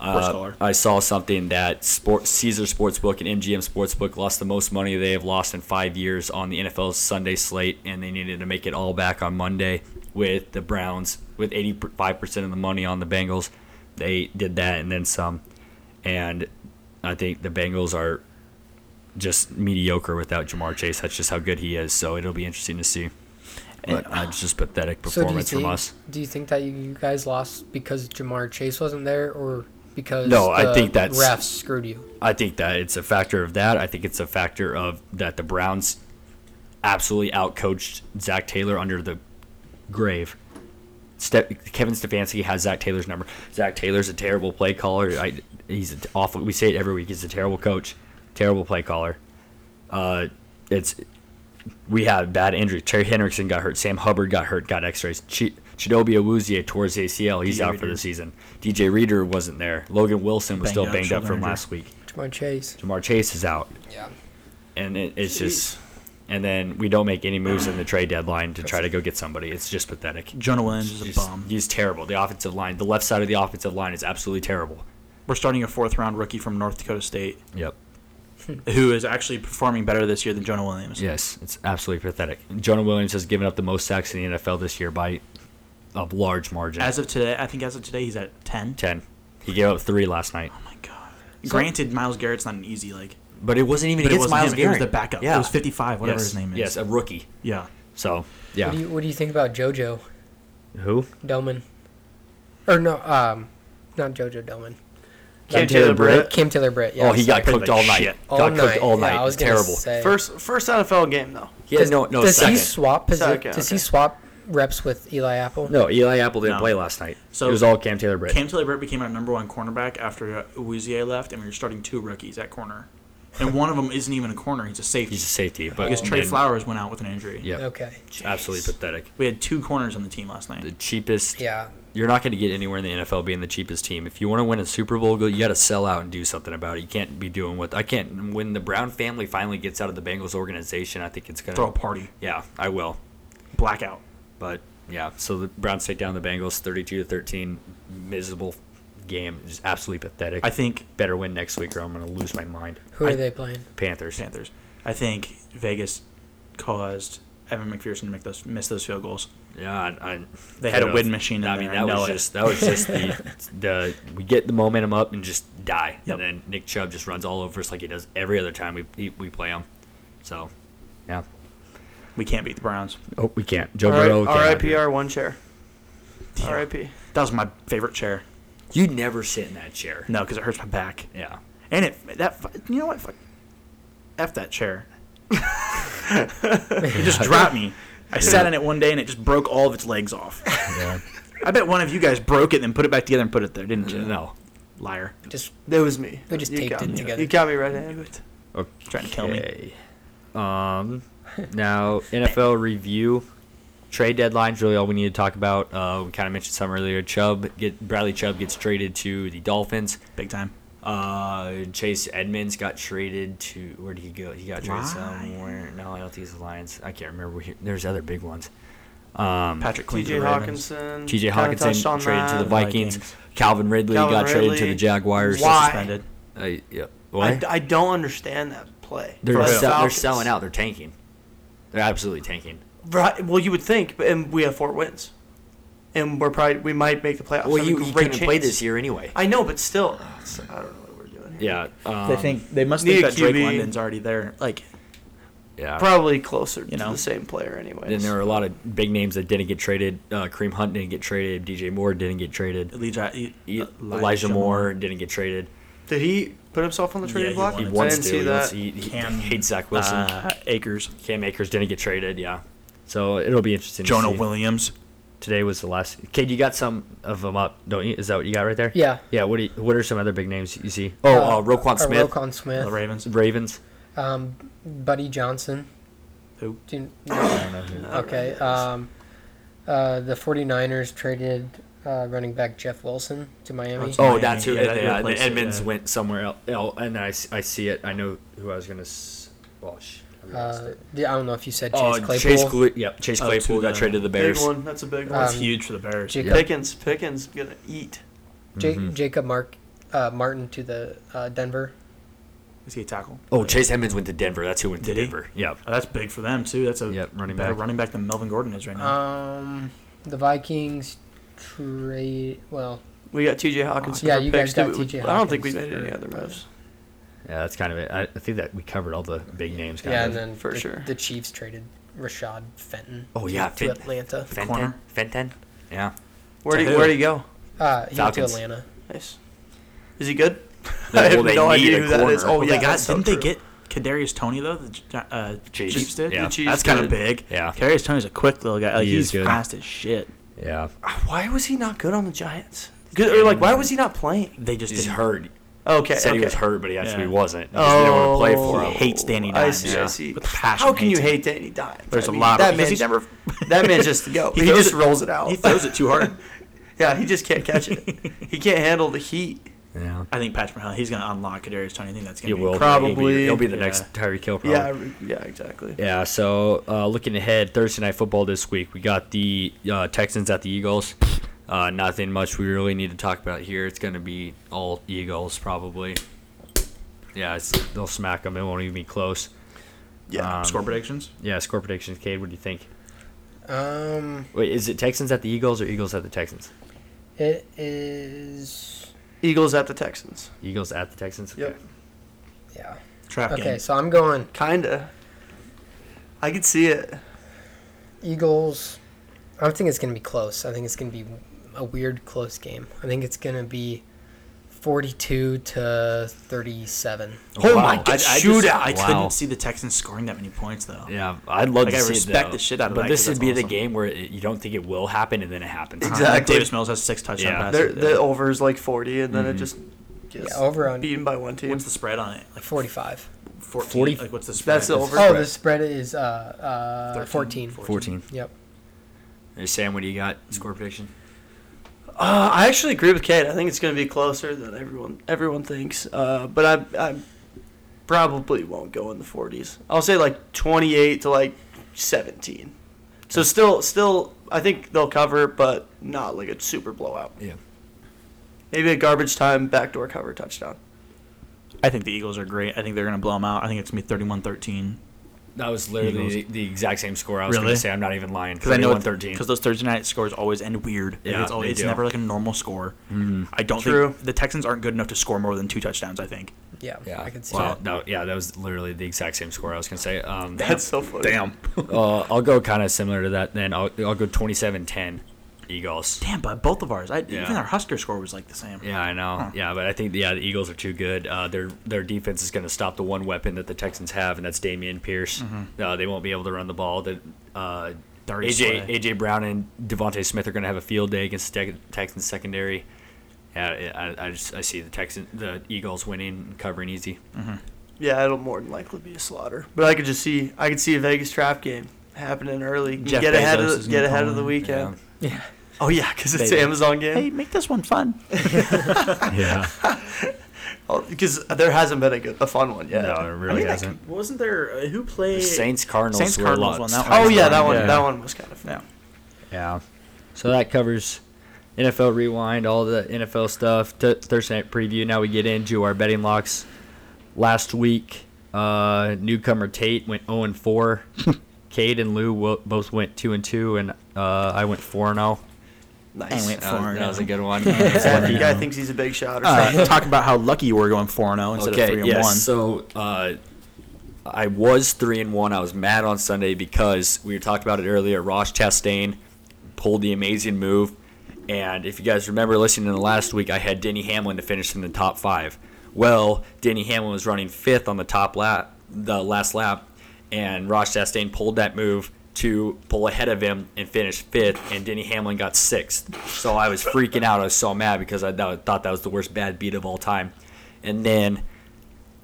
Worst
Uh,
caller.
I saw something that Sport, Caesar Sportsbook and MGM Sportsbook lost the most money they have lost in five years on the NFL's Sunday slate, and they needed to make it all back on Monday with the Browns with 85% of the money on the Bengals. They did that and then some. And I think the Bengals are just mediocre without Jamar Chase. That's just how good he is. So it'll be interesting to see. And uh, it's just pathetic
So do you
performance
think,
from us.
do you think that you- you guys lost because Jamar Chase wasn't there, or because
No, I
the
think that's-
refs screwed you?
I think that it's a factor of that. I think it's a factor of that the Browns absolutely outcoached Zach Taylor under the grave. Ste- Kevin Stefanski has Zach Taylor's number. Zach Taylor's a terrible play caller. I, he's an awful. We say it every week. He's a terrible coach, terrible play caller. Uh, it's we had bad injury. Terry Hendrickson got hurt. Sam Hubbard got hurt. Got X-rays. Ch- Chidobe Awuzie tore his ACL. He's out for the season. DJ Reader wasn't there. Logan Wilson was
Banged
still
up
banged up
shoulder
from
injury.
last week.
Jamar Chase.
Jamar Chase is out,
Yeah.
and it, it's just, and then we don't make any moves in the trade deadline to try to go get somebody. It's just pathetic.
Jonah Williams is a
He's,
bum.
he's terrible. The offensive line, the left side of the offensive line is absolutely terrible.
We're starting a fourth round rookie from North Dakota State
Yep.
who is actually performing better this year than Jonah Williams.
Yes, it's absolutely pathetic. Jonah Williams has given up the most sacks in the NFL this year by a large margin.
As of today, I think as of today, he's at 10.
ten, he gave up three last night.
Oh my God. Granted, Miles Garrett's not an easy, like,
But it wasn't even
but it
against
wasn't
Miles
him.
Garrett.
It was the backup.
Yeah.
It was 55, whatever
Yes,
his name is.
Yes, a rookie.
Yeah.
So yeah,
What do you What do you think about JoJo
who?
Delman? Or no, um, not JoJo Delman.
Cam Taylor Britt.
Cam Taylor Britt. Yeah,
oh, he got
played
cooked
like
all night.
shit.
all
got
night.
cooked all night.
Yeah, I was gonna
terrible.
say.
First first NFL game though.
He had no no
does
second.
he swap? Posi-
Second,
does
okay.
he swap reps with Eli Apple?
No, Eli Apple didn't
No.
play last night. So
So-
it was all Cam Taylor Britt.
Cam Taylor Britt became our number one cornerback after Ouzier left, and we were starting two rookies at corner. And one of them isn't even a corner; he's a safety.
He's a safety, but
because Trey
then-
Flowers went out with an injury.
Yeah,
Okay.
it's absolutely pathetic.
We had two corners on the team last night.
The cheapest.
Yeah.
You're not going to get anywhere in the NFL being the cheapest team. If you want to win a Super Bowl, go- you got to sell out and do something about it. You can't be doing what I can't. When the Brown family finally gets out of the Bengals organization, I think it's gonna.
Throw a party,
Yeah, I will.
blackout.
But yeah, so the Browns take down the Bengals, 32 to 13, miserable game, just absolutely pathetic.
I think
better win next week or I'm going to lose my mind.
Who are
I-
they playing?
Panthers.
Panthers. I think Vegas caused Evan McPherson to make those miss those field goals.
Yeah, I, I,
They had a
could've-
win machine in
I mean,
there, I
that
know
was
it.
just that was just the the we get the momentum up and just die,
Yep.
and then Nick Chubb just runs all over us like he does every other time we he, we play him. So, yeah.
We can't beat the Browns.
Oh, we can't. Joe Burrow. came out here.
RIPR one chair.
Yeah.
RIP.
That was my favorite chair.
You never sit in that chair.
No, because it hurts my back.
Yeah.
And it that fu- you know what? Fuck, F that chair. it just dropped me. I sat in it one day and it just broke all of its legs off. I bet one of you guys broke it and then put it back together and put it there, didn't you?
No.
Liar.
Just
That was me.
They just
you
taped
got
it
me.
together.
You got me right handed.
Trying to kill me.
Okay. Um, now NFL review, trade deadline is really all we need to talk about. Uh, we kind of mentioned some earlier. Chubb get Bradley Chubb gets traded to the Dolphins.
Big time.
Uh, Chase Edmonds got traded to where did he go? He got traded
Lions.
somewhere. No, I don't think it's the Lions. I can't remember. Where he, there's other big ones. Um,
Patrick Queen.
TJ Hawkinson.
T.J.
Mm, kinda
Hawkinson
touched on
traded to
that.
the Vikings.
Vikings.
Calvin Ridley
Calvin
got traded to
Ridley.
the Jaguars.
Why?
Suspended.
Uh, yeah. Why?
I, I don't understand that play.
they're,
From the
sell- they're
Falcons.
selling out. They're tanking. They're absolutely tanking.
Right. Well, you would think, but and we have four wins, and we're probably we might make the playoffs.
Well,
Have a
you, you
great
couldn't play
chance.
this year anyway.
I know, but still, it's- I don't know what we're doing. Here.
Yeah. Um,
They think they must
Need
think
a
that Drake
QB.
London's already there. Like
Yeah.
Probably closer to
know?
the same player, anyway.
Then there are a lot of big names that didn't get traded. Uh, Kareem Hunt didn't get traded. DJ Moore didn't get traded.
Elijah,
E- Elijah Moore didn't get traded.
Did he put himself on the
Yeah,
trading
he
block?
wanted
He
I
wants
didn't
to.
see
He,
that.
wants, he, he hates Zach Wilson.
uh, Akers,
Cam Akers didn't get traded. Yeah. So it'll be interesting.
Jonah
to see.
Williams.
Today was the last. Kid, you got some of them up, don't you? Is that what you got right there?
Yeah.
Yeah. What do you, What are some other big names you see? Oh, uh, Roquan
or
Smith,
Roquan Smith.
The Ravens.
Ravens.
Um, Buddy Johnson.
Who?
Do you- okay. Um, uh, the 49ers traded uh, running back Jeff Wilson to Miami.
Oh,
Oh,
Miami,
that's who.
yeah,
Yeah,
that
yeah,
replaces,
Edmonds
yeah.
went somewhere else, el- and I, s- I see it. I know who I was gonna. s- Oh, sh- I lost
Uh,
it.
the- I don't know if you said Chase
Oh,
Claypool.
Chase Cle- yep, Chase
Oh, to
Claypool got
the-
traded to the
Big
Bears.
one. That's a big one.
That's
Um,
huge for the Bears.
Jacob,
Pickens. Pickens gonna eat.
Ja-
Mm-hmm.
Jacob Mark uh, Martin to the uh, Denver.
Is he a tackle?
Oh, Chase Edmonds went to Denver. That's who went to
Did he?
Denver. Yep.
Oh, that's big for them too. That's a
Yep, running
better
back.
running back
Uh,
than Melvin Gordon is right now.
Um, the Vikings trade. Well,
We got T.J. Hawkinson.
Yeah,
in our
you guys
picks,
got
too, but
T.J.
I don't think we
Hawkins.
made any other moves.
Yeah, that's kind of it. I, I think that we covered all the big names. Kind
Yeah,
of.
and then
for
the,
sure.
the Chiefs traded Rashad Fenton.
Oh, yeah,
to
Fenton.
Atlanta.
Fenton.
corner.
Fenton. Yeah.
Where do
who?
you, where do you go?
Uh, he went to
Falcons.
Atlanta.
Nice. Is he good?
No,
I have
well, they
no
need
idea
a
who that is.
corner.
Oh
Well,
yeah,
they got,
that's so
didn't
true.
they get Kadarius Tony though? The Gi- uh,
Chiefs.
Chiefs. did.
Yeah. The
Chiefs
that's kind
did.
of big.
Yeah.
Kadarius Tony's a quick little guy. Like,
He is
he's
good.
fast as shit.
Yeah.
Why was he not good on the Giants? Good, or like, why was he not playing?
They just
He's
didn't-
hurt.
Okay,
Said
okay.
he was hurt, but he actually
Yeah. Oh.
wasn't. They just didn't want to play for
He
him.
hates Danny
I
Dimes.
see, I
Yeah.
see.
With the passion,
How can you
hates him.
hate Danny Dimes?
There's
a
a lot
that
of
man,
because he never
that man just go. He,
throws
just
it-
rolls it out.
he throws it too hard.
yeah, he just can't catch it. he can't handle the heat.
Yeah.
I think Patrick Mahomes he's gonna unlock Kadarius Tony. I think that's gonna
He
be
will. He'll be,
Probably.
he'll be the
Yeah.
next Tyreek Hill. Probably.
Yeah, I re- yeah, exactly.
Yeah, so uh, looking ahead, Thursday night football this week, we got the uh, Texans at the Eagles. Uh, nothing much we really need to talk about here. It's going to be all Eagles probably. Yeah, it's, they'll smack them. It won't even be close.
Yeah,
Um,
Score predictions?
Yeah, score predictions. Cade, what do you think?
Um,
Wait, is it Texans at the Eagles or Eagles at the Texans?
it is.
Eagles at the Texans.
Eagles at the Texans.
Yep.
Yeah.
Trap
Okay,
game.
so I'm going
Kinda. I could see it.
Eagles. I don't think it's going to be close. I think it's going to be a weird close game. I think it's going to be 42 to 37.
Oh
Wow.
my God,
I, I just-
shootout!
I
Wow.
couldn't see the Texans scoring that many points though.
Yeah, I'd love
Like,
to
I
see it,
respect
though.
the shit out of
But
that,
this
'cause
would
that's
be the
awesome.
game where it, you don't think it will happen and then it happens.
Exactly.
Uh, Davis Mills has six touchdown
Yeah.
passes.
Their, the over is like forty, and then it just gets
Yeah, over on-
beaten by one team.
What's the spread on it? Like
45.
14?
40?
Like what's the spread?
That's the over.
Oh, the spread is uh, uh, 14.
13,
14.
Yep.
Hey, Sam, what do you got? Score prediction?
Uh, I actually agree with Kate. I think it's going to be closer than everyone everyone thinks. Uh, but I, I probably won't go in the 40s. I'll say like 28 to like 17. So still, still, I think they'll cover, but not like a super blowout.
Yeah.
Maybe a garbage time backdoor cover touchdown.
I think the Eagles are great. I think they're going to blow them out. I think it's going to be 31-13.
That was literally the,
Eagles.
the exact same score I was going
Really?
to say. I'm not even lying.
Because I know
thirteen.
Because those Thursday night scores always end weird. Like,
Yeah,
it's always,
they
it's
do. Mm-hmm.
never like a normal score. I don't
True.
think the Texans aren't good enough to score more than two touchdowns. I think.
Yeah,
Yeah,
I can see
wow.
that.
No, yeah, that was literally the exact same score I was going to say. Um,
That's so funny.
uh, I'll go kind of similar to that. Then I'll, I'll go 27-10 Eagles.
Damn, but both of ours. I,
Yeah.
Even our Husker score was like the same.
Yeah, I know. Yeah, but I think yeah, the Eagles are too good. Uh, their their defense is going to stop the one weapon that the Texans have, and that's Damian Pierce.
Mm-hmm.
Uh, they won't be able to run the ball. The, uh,
Darius
AJ
Slay.
AJ Brown and Devontae Smith are going to have a field day against the Tex- Texans secondary. Yeah, I, I- I just I see the Texan the Eagles winning and covering easy.
Yeah, it'll more than likely be a slaughter. But I could just see, I could see a Vegas trap game happening early.
Jeff
get ahead
Bezos
of
is
the,
gonna
get ahead
call
of the
in.
weekend.
Yeah.
Oh yeah, because it's
They-
Amazon game.
Hey, make this one fun.
Yeah,
Because Oh, there hasn't been a, good, a fun one yet.
no, it really hasn't.
Wasn't there uh, who played
Saints Cardinals
Saints
were
Cardinals
lost.
won that one.
Oh yeah, that one.
Yeah.
That one was kind of fun.
Yeah.
Yeah. So that covers NFL Rewind, all the NFL stuff, th- Thursday Night Preview. Now we get into our betting locks. Last week, uh, newcomer Tate went 0 and 4. Cade and Lou wo- both went 2 and 2, and uh, I went 4 and 0.
Nice.
Anyway.
That, was-
4
that was a good one.
That guy thinks he's a big shot or
Uh,
something.
talk about how lucky you were going four and zero instead of three and
yes.
one.
So uh, I was three and one. I was mad on Sunday because we talked about it earlier. Ross Chastain pulled the amazing move, and if you guys remember listening to last week, I had Denny Hamlin to finish in the top five. Well, Denny Hamlin was running fifth on the top lap, the last lap, and Ross Chastain pulled that move. To pull ahead of him and finish fifth, and Denny Hamlin got sixth. So I was freaking out. I was so mad because I thought thought that was the worst bad beat of all time. And then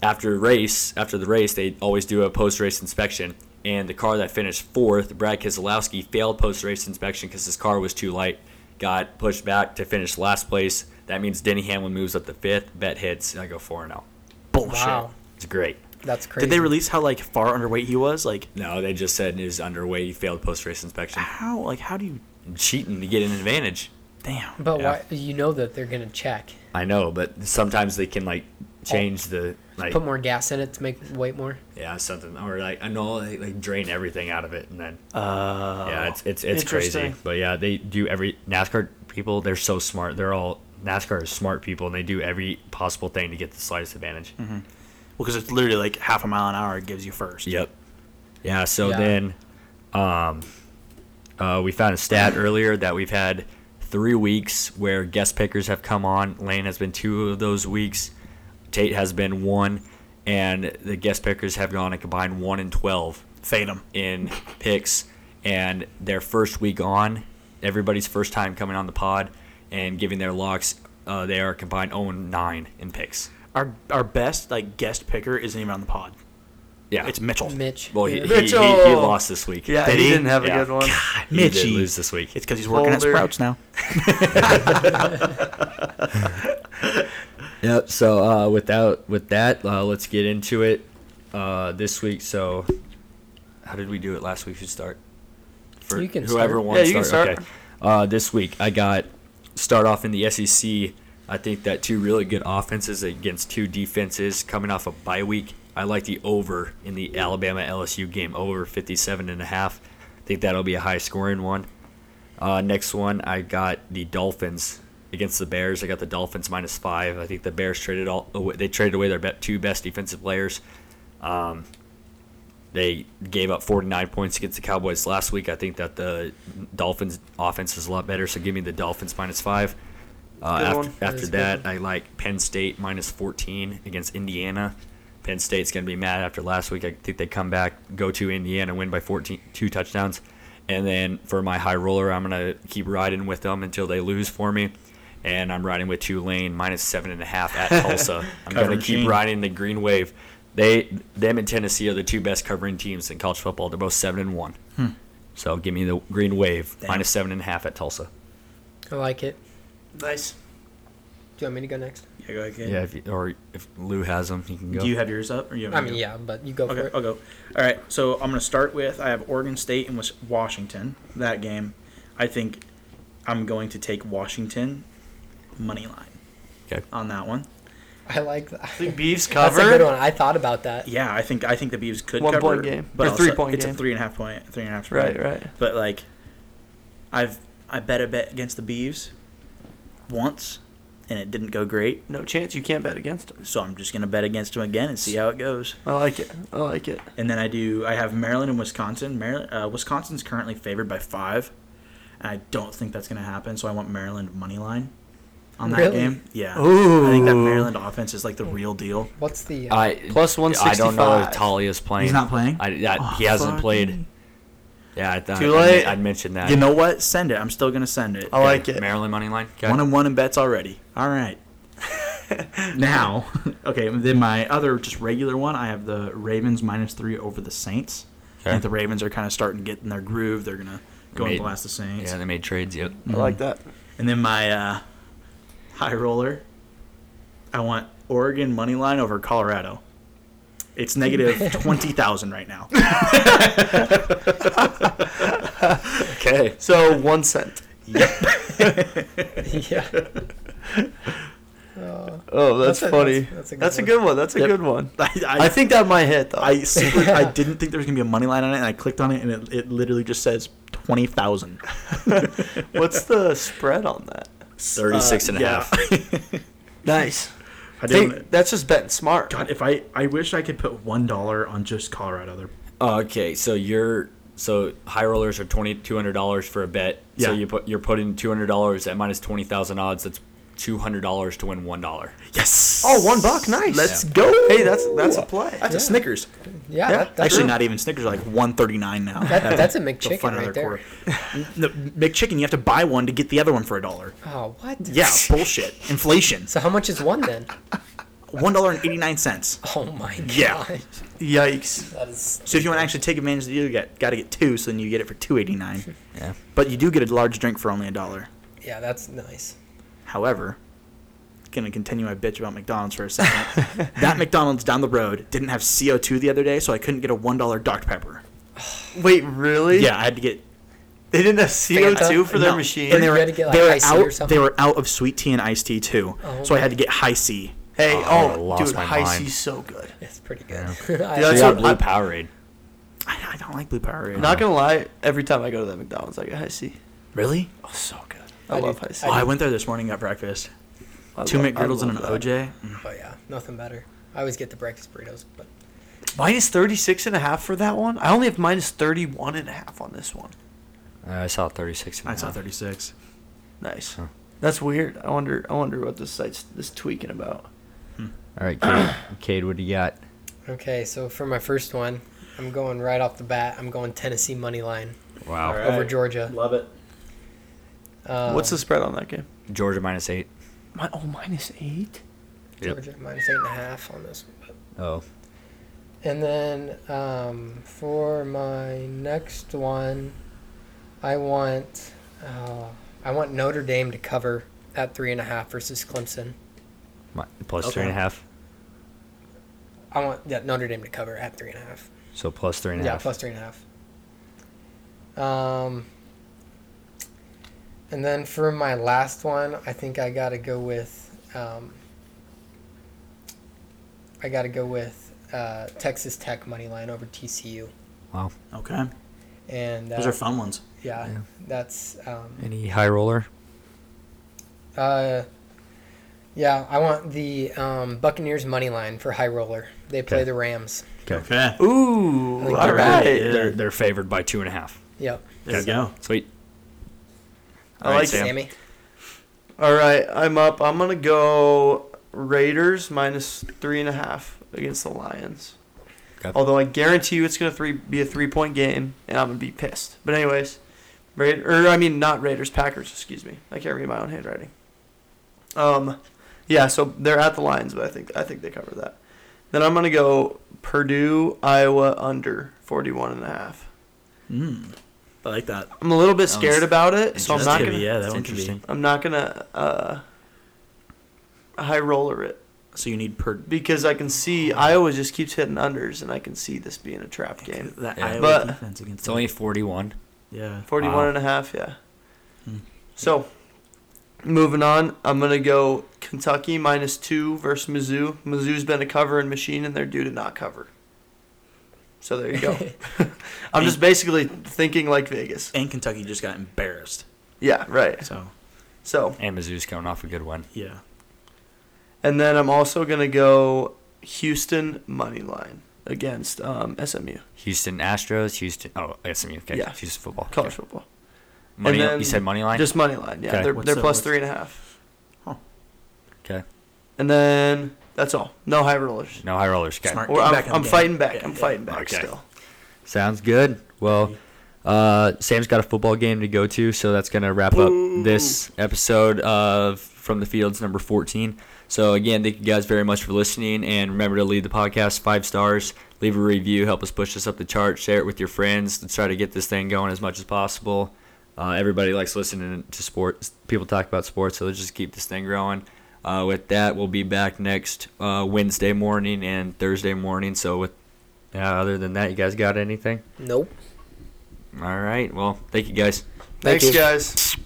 after a race, after the race, they always do a post-race inspection. And the car that finished fourth, Brad Keselowski, failed post-race inspection because his car was too light. Got pushed back to finish last place. That means Denny Hamlin moves up to fifth. Bet hits. I go four and zero.
Bullshit.
Wow.
It's great.
That's crazy.
Did they release how like far underweight he was? Like
No, they just said he was underweight. He failed post-race inspection.
how? Like how do you?
Cheating to get an advantage.
Damn.
But
Yeah.
why? You know that they're going to check.
I know, but sometimes they can like change the like
Put more gas in it to make weight more.
yeah something or like I know like, like drain everything out of it and then
Uh,
Yeah, it's it's, it's crazy.
Interesting.
But yeah, they do every NASCAR people. They're so smart. They're all NASCAR is smart people, and they do every possible thing to get the slightest advantage.
because it's literally like half a mile an hour it gives you first.
Yep. Yeah. So
Yeah.
then, um, uh, we found a stat earlier that we've had three weeks where guest pickers have come on. Lane has been two of those weeks. Tate has been one, and the guest pickers have gone a combined one and twelve
Fade them.
in picks. And their first week on, everybody's first time coming on the pod and giving their locks, uh, they are combined 0 and 9 in picks.
Our our best like guest picker isn't even on the pod.
Yeah.
It's Mitchell.
Mitch.
well, he,
yeah.
he, he, he
Mitchell!
lost this week.
Yeah,
Did
he,
he?
didn't have
Yeah.
a good one.
He did
Mitchie.
lose this week.
It's because he's working at
Folder.
Sprouts now.
Yep. So uh, without with that, uh, let's get into it uh, this week. So how did we do it last week? Who start? For
You can
whoever
start.
wants.
Yeah, you can
Okay.
start.
Uh, this week I got start off in the SEC. I think that two really good offenses against two defenses coming off a bye week. I like the over in the Alabama LSU game over 57 and a half. I think that'll be a high scoring one. Uh, next one, I got the Dolphins against the Bears. I got the Dolphins minus five. I think the Bears traded all away- they traded away their be- two best defensive players. Um, they gave up 49 points against the Cowboys last week. I think that the Dolphins offense is a lot better, so give me the Dolphins minus five. Uh,
Good
after
one.
after
is a good
that, I like Penn State minus 14 against Indiana. Penn State's going to be mad after last week. I think they come back, go to Indiana, win by 14, two touchdowns. And then for my high roller, I'm going to keep riding with them until they lose for me. And I'm riding with Tulane minus seven and a half at Tulsa. I'm going
Cover
to keep
machine.
riding the green wave. They, them and Tennessee are the two best covering teams in college football. They're both seven and one.
Hmm.
So give me the green wave minus seven and a half at Tulsa.
I like it.
Nice.
Do you want me to go next?
Yeah, go ahead.
Yeah, if you, or if Lou has them, he can go.
Do you have yours up? Or you have
I
me
mean,
go?
yeah, but you go for
Okay,
it.
I'll go. All right, so I'm going to start with I have Oregon State and Wis- Washington. That game, I think I'm going to take Washington money line.
Okay.
On that one,
I like that.
I think Beefs
That's
cover.
a good one. I thought about that.
yeah, I think I think the Beavs could
One
cover,
point game.
but
Or
also-
three-point
It's a
game.
three and a half point, three and a half.
Right,
spread.
right.
But like, I've I bet a bet against the Beavs once, and it didn't go great.
No chance. You can't bet against him.
So I'm just going to bet against them again and see how it goes.
I like it. I like it.
And then I do. I have Maryland and Wisconsin. Maryland, uh, Wisconsin's currently favored by five, and I don't think that's going to happen. So I want Maryland money line on that
Really?
game. Yeah, I think that Maryland offense is like the real deal.
What's the? uh,
I I
Plus
don't know if
165.
Talia's playing.
He's not playing? Oh,
I, that, he hasn't
fuck.
played. Yeah, I thought
Too late.
I, I mentioned that.
You know what? Send it. I'm still going to send it.
I like it.
Maryland money line. Okay.
One and one in bets already. All right. now, okay. Then my other just regular one. I have the Ravens minus three over the Saints. I think the Ravens are kind of starting to get in their groove. They're gonna go and
Made-
blast the Saints.
yeah, they made trades. Yep.
I like that.
And then my uh, high roller, I want Oregon money line over Colorado. It's negative twenty thousand right now.
Okay.
So one cent.
yeah,
Oh, that's,
That's a-
funny.
that's-
That's,
that's
a
a
good
good
one. That's a
Yep.
good one.
I, I,
I think that might hit though.
I super, I didn't think there was gonna be a money line on it, and I clicked on it, and it, it literally just says twenty thousand.
What's the spread on that?
36 and a
Uh,
half.
Nice.
I
Hey,
didn't.
that's just betting smart.
God, if I I wish I could put one dollar on just Colorado. They're
Okay, so you're so high rollers are twenty two hundred dollars for a bet. So
Yeah.
you put you're putting two hundred dollars at minus twenty thousand odds. That's two hundred dollars to win one dollar.
yes.
Oh, one buck. Nice.
Let's go.
Hey, that's that's a play.
That's a Snickers.
yeah.
Yeah,
That, that's
Actually,
a,
not even Snickers. Like one thirty nine now.
That, that's a
So
McChicken
find
right
another
there.
quarter. no, McChicken, you have to buy one to get the other one for a dollar.
Oh, what?
Yeah, bullshit. Inflation.
So how much is one then?
One dollar and eighty nine cents.
Oh my god.
Yeah.
Yikes.
That is.
So if you want to actually take advantage of the deal, you got got to get two. So then you get it for two eighty nine.
Yeah.
But you do get a large drink for only a dollar.
Yeah, that's nice.
However, gonna continue my bitch about McDonald's for a second. that McDonald's down the road didn't have CO two the other day, so I couldn't get a one dollar Dr Pepper.
Wait, really?
Yeah, I had to get
They didn't have CO2 for their
No.
machine.
and they
You
were,
had to get, like,
they, were
iced tea or
out,
something?
they were out of sweet tea and iced tea too.
Oh
so I had to get high C.
hey,
I
oh,
lost
dude,
my
high
mind.
C's so good.
It's pretty good.
Dude,
I,
that's
So
what-
blue
I-
Powerade.
I, I don't like blue Powerade.
Not gonna lie, every time I go to that McDonald's, I get high C.
really.
Oh, so good.
I
I,
do-
love high C.
Oh, I went there this morning and got breakfast. Two
lo-
McGriddles
I
and an Mm,
love that.
OJ.
But oh, yeah, nothing better. I always get the breakfast burritos, but
Minus 36 and a half for that one? I only have minus 31 and a half on this one.
Uh, I saw 36. and a
I saw
half.
36.
Nice. That's weird. I wonder I wonder what this site's this tweaking about.
All right, Cade, Cade, what do you got?
okay. So for my first one, I'm going right off the bat. I'm going Tennessee money line
Wow.
All right.
over Georgia.
Love it.
Uh,
What's the spread on that game?
Georgia minus eight.
My, oh, minus 8?
Yep.
Georgia minus eight and a half on this. one.
Oh,
And then um, for my next one, I want uh, I want Notre Dame to cover at three and a half versus Clemson.
my, plus three and a
Okay.
half.
I want yeah, Notre Dame to cover at three and a half.
So plus three and a
yeah,
half.
plus three and a half. Um, and then for my last one, I think I gotta go with um, I gotta go with uh, Texas Tech money line over TCU.
Wow.
Okay.
And uh,
Those are fun ones.
Yeah,
Yeah.
that's um,
Any high roller?
uh, yeah. I want the um, Buccaneers money line for high roller. They play
Okay.
the Rams.
Okay.
Ooh, all right.
They're they're favored by two and a half.
Yep.
There you go.
Sweet.
I like
Sam.
Sammy.
All right, I'm up. I'm gonna go Raiders minus three and a half against the Lions.
Okay.
Although I guarantee you it's gonna three be a three point game, and I'm gonna be pissed. But anyways, Raid or I mean not Raiders, Packers. Excuse me. I can't read my own handwriting. Um, yeah. So they're at the Lions, but I think I think they cover that. Then I'm gonna go Purdue, Iowa under 41 and a half.
Mm. I like that.
I'm a little bit
Sounds
scared about it, so I'm not
Interesting.
gonna.
Yeah, that
That's
one could be.
interesting.
I'm not gonna uh, high roller it
So you need per.
because I can see Iowa just keeps hitting unders, and I can see this being a trap game.
That
Yeah.
Iowa
But-
defense against
It's only 41.
yeah.
41
Wow.
and a half, yeah.
Hmm.
So, moving on, I'm going to go Kentucky minus two versus Mizzou. Mizzou's been a covering machine, and they're due to not cover. So, there you go. I'm just basically thinking like Vegas.
And Kentucky just got embarrassed.
Yeah, right.
So
So,
And Mizzou's coming off a good one.
yeah.
and then I'm also going to go Houston money line against um, SMU,
Houston Astros. Houston. Oh, SMU. Okay.
Yeah.
Houston football.
college
Okay.
football.
Money,
then
you said money line.
Just money line, yeah.
Okay.
They're,
What's
they're
the-
plus
what's-
three and a half.
okay.
And then that's all. No high rollers.
No high rollers. Okay.
Smart.
Or
Get
I'm,
back in the
I'm
game.
fighting back.
Yeah,
I'm
yeah.
fighting back
Okay.
still.
Sounds good. Well, uh, Sam's got a football game to go to, so that's going to wrap up this episode of From the Fields number 14. So, again, thank you guys very much for listening. And remember to leave the podcast five stars, leave a review, help us push us up the chart, share it with your friends. Let's try to get this thing going as much as possible. Uh, everybody likes listening to sports. People talk about sports, so let's just keep this thing growing. Uh, with that, we'll be back next uh, Wednesday morning and Thursday morning. So, with uh, other than that, you guys got anything?
Nope.
All right. Well, thank you guys.
Thanks, guys.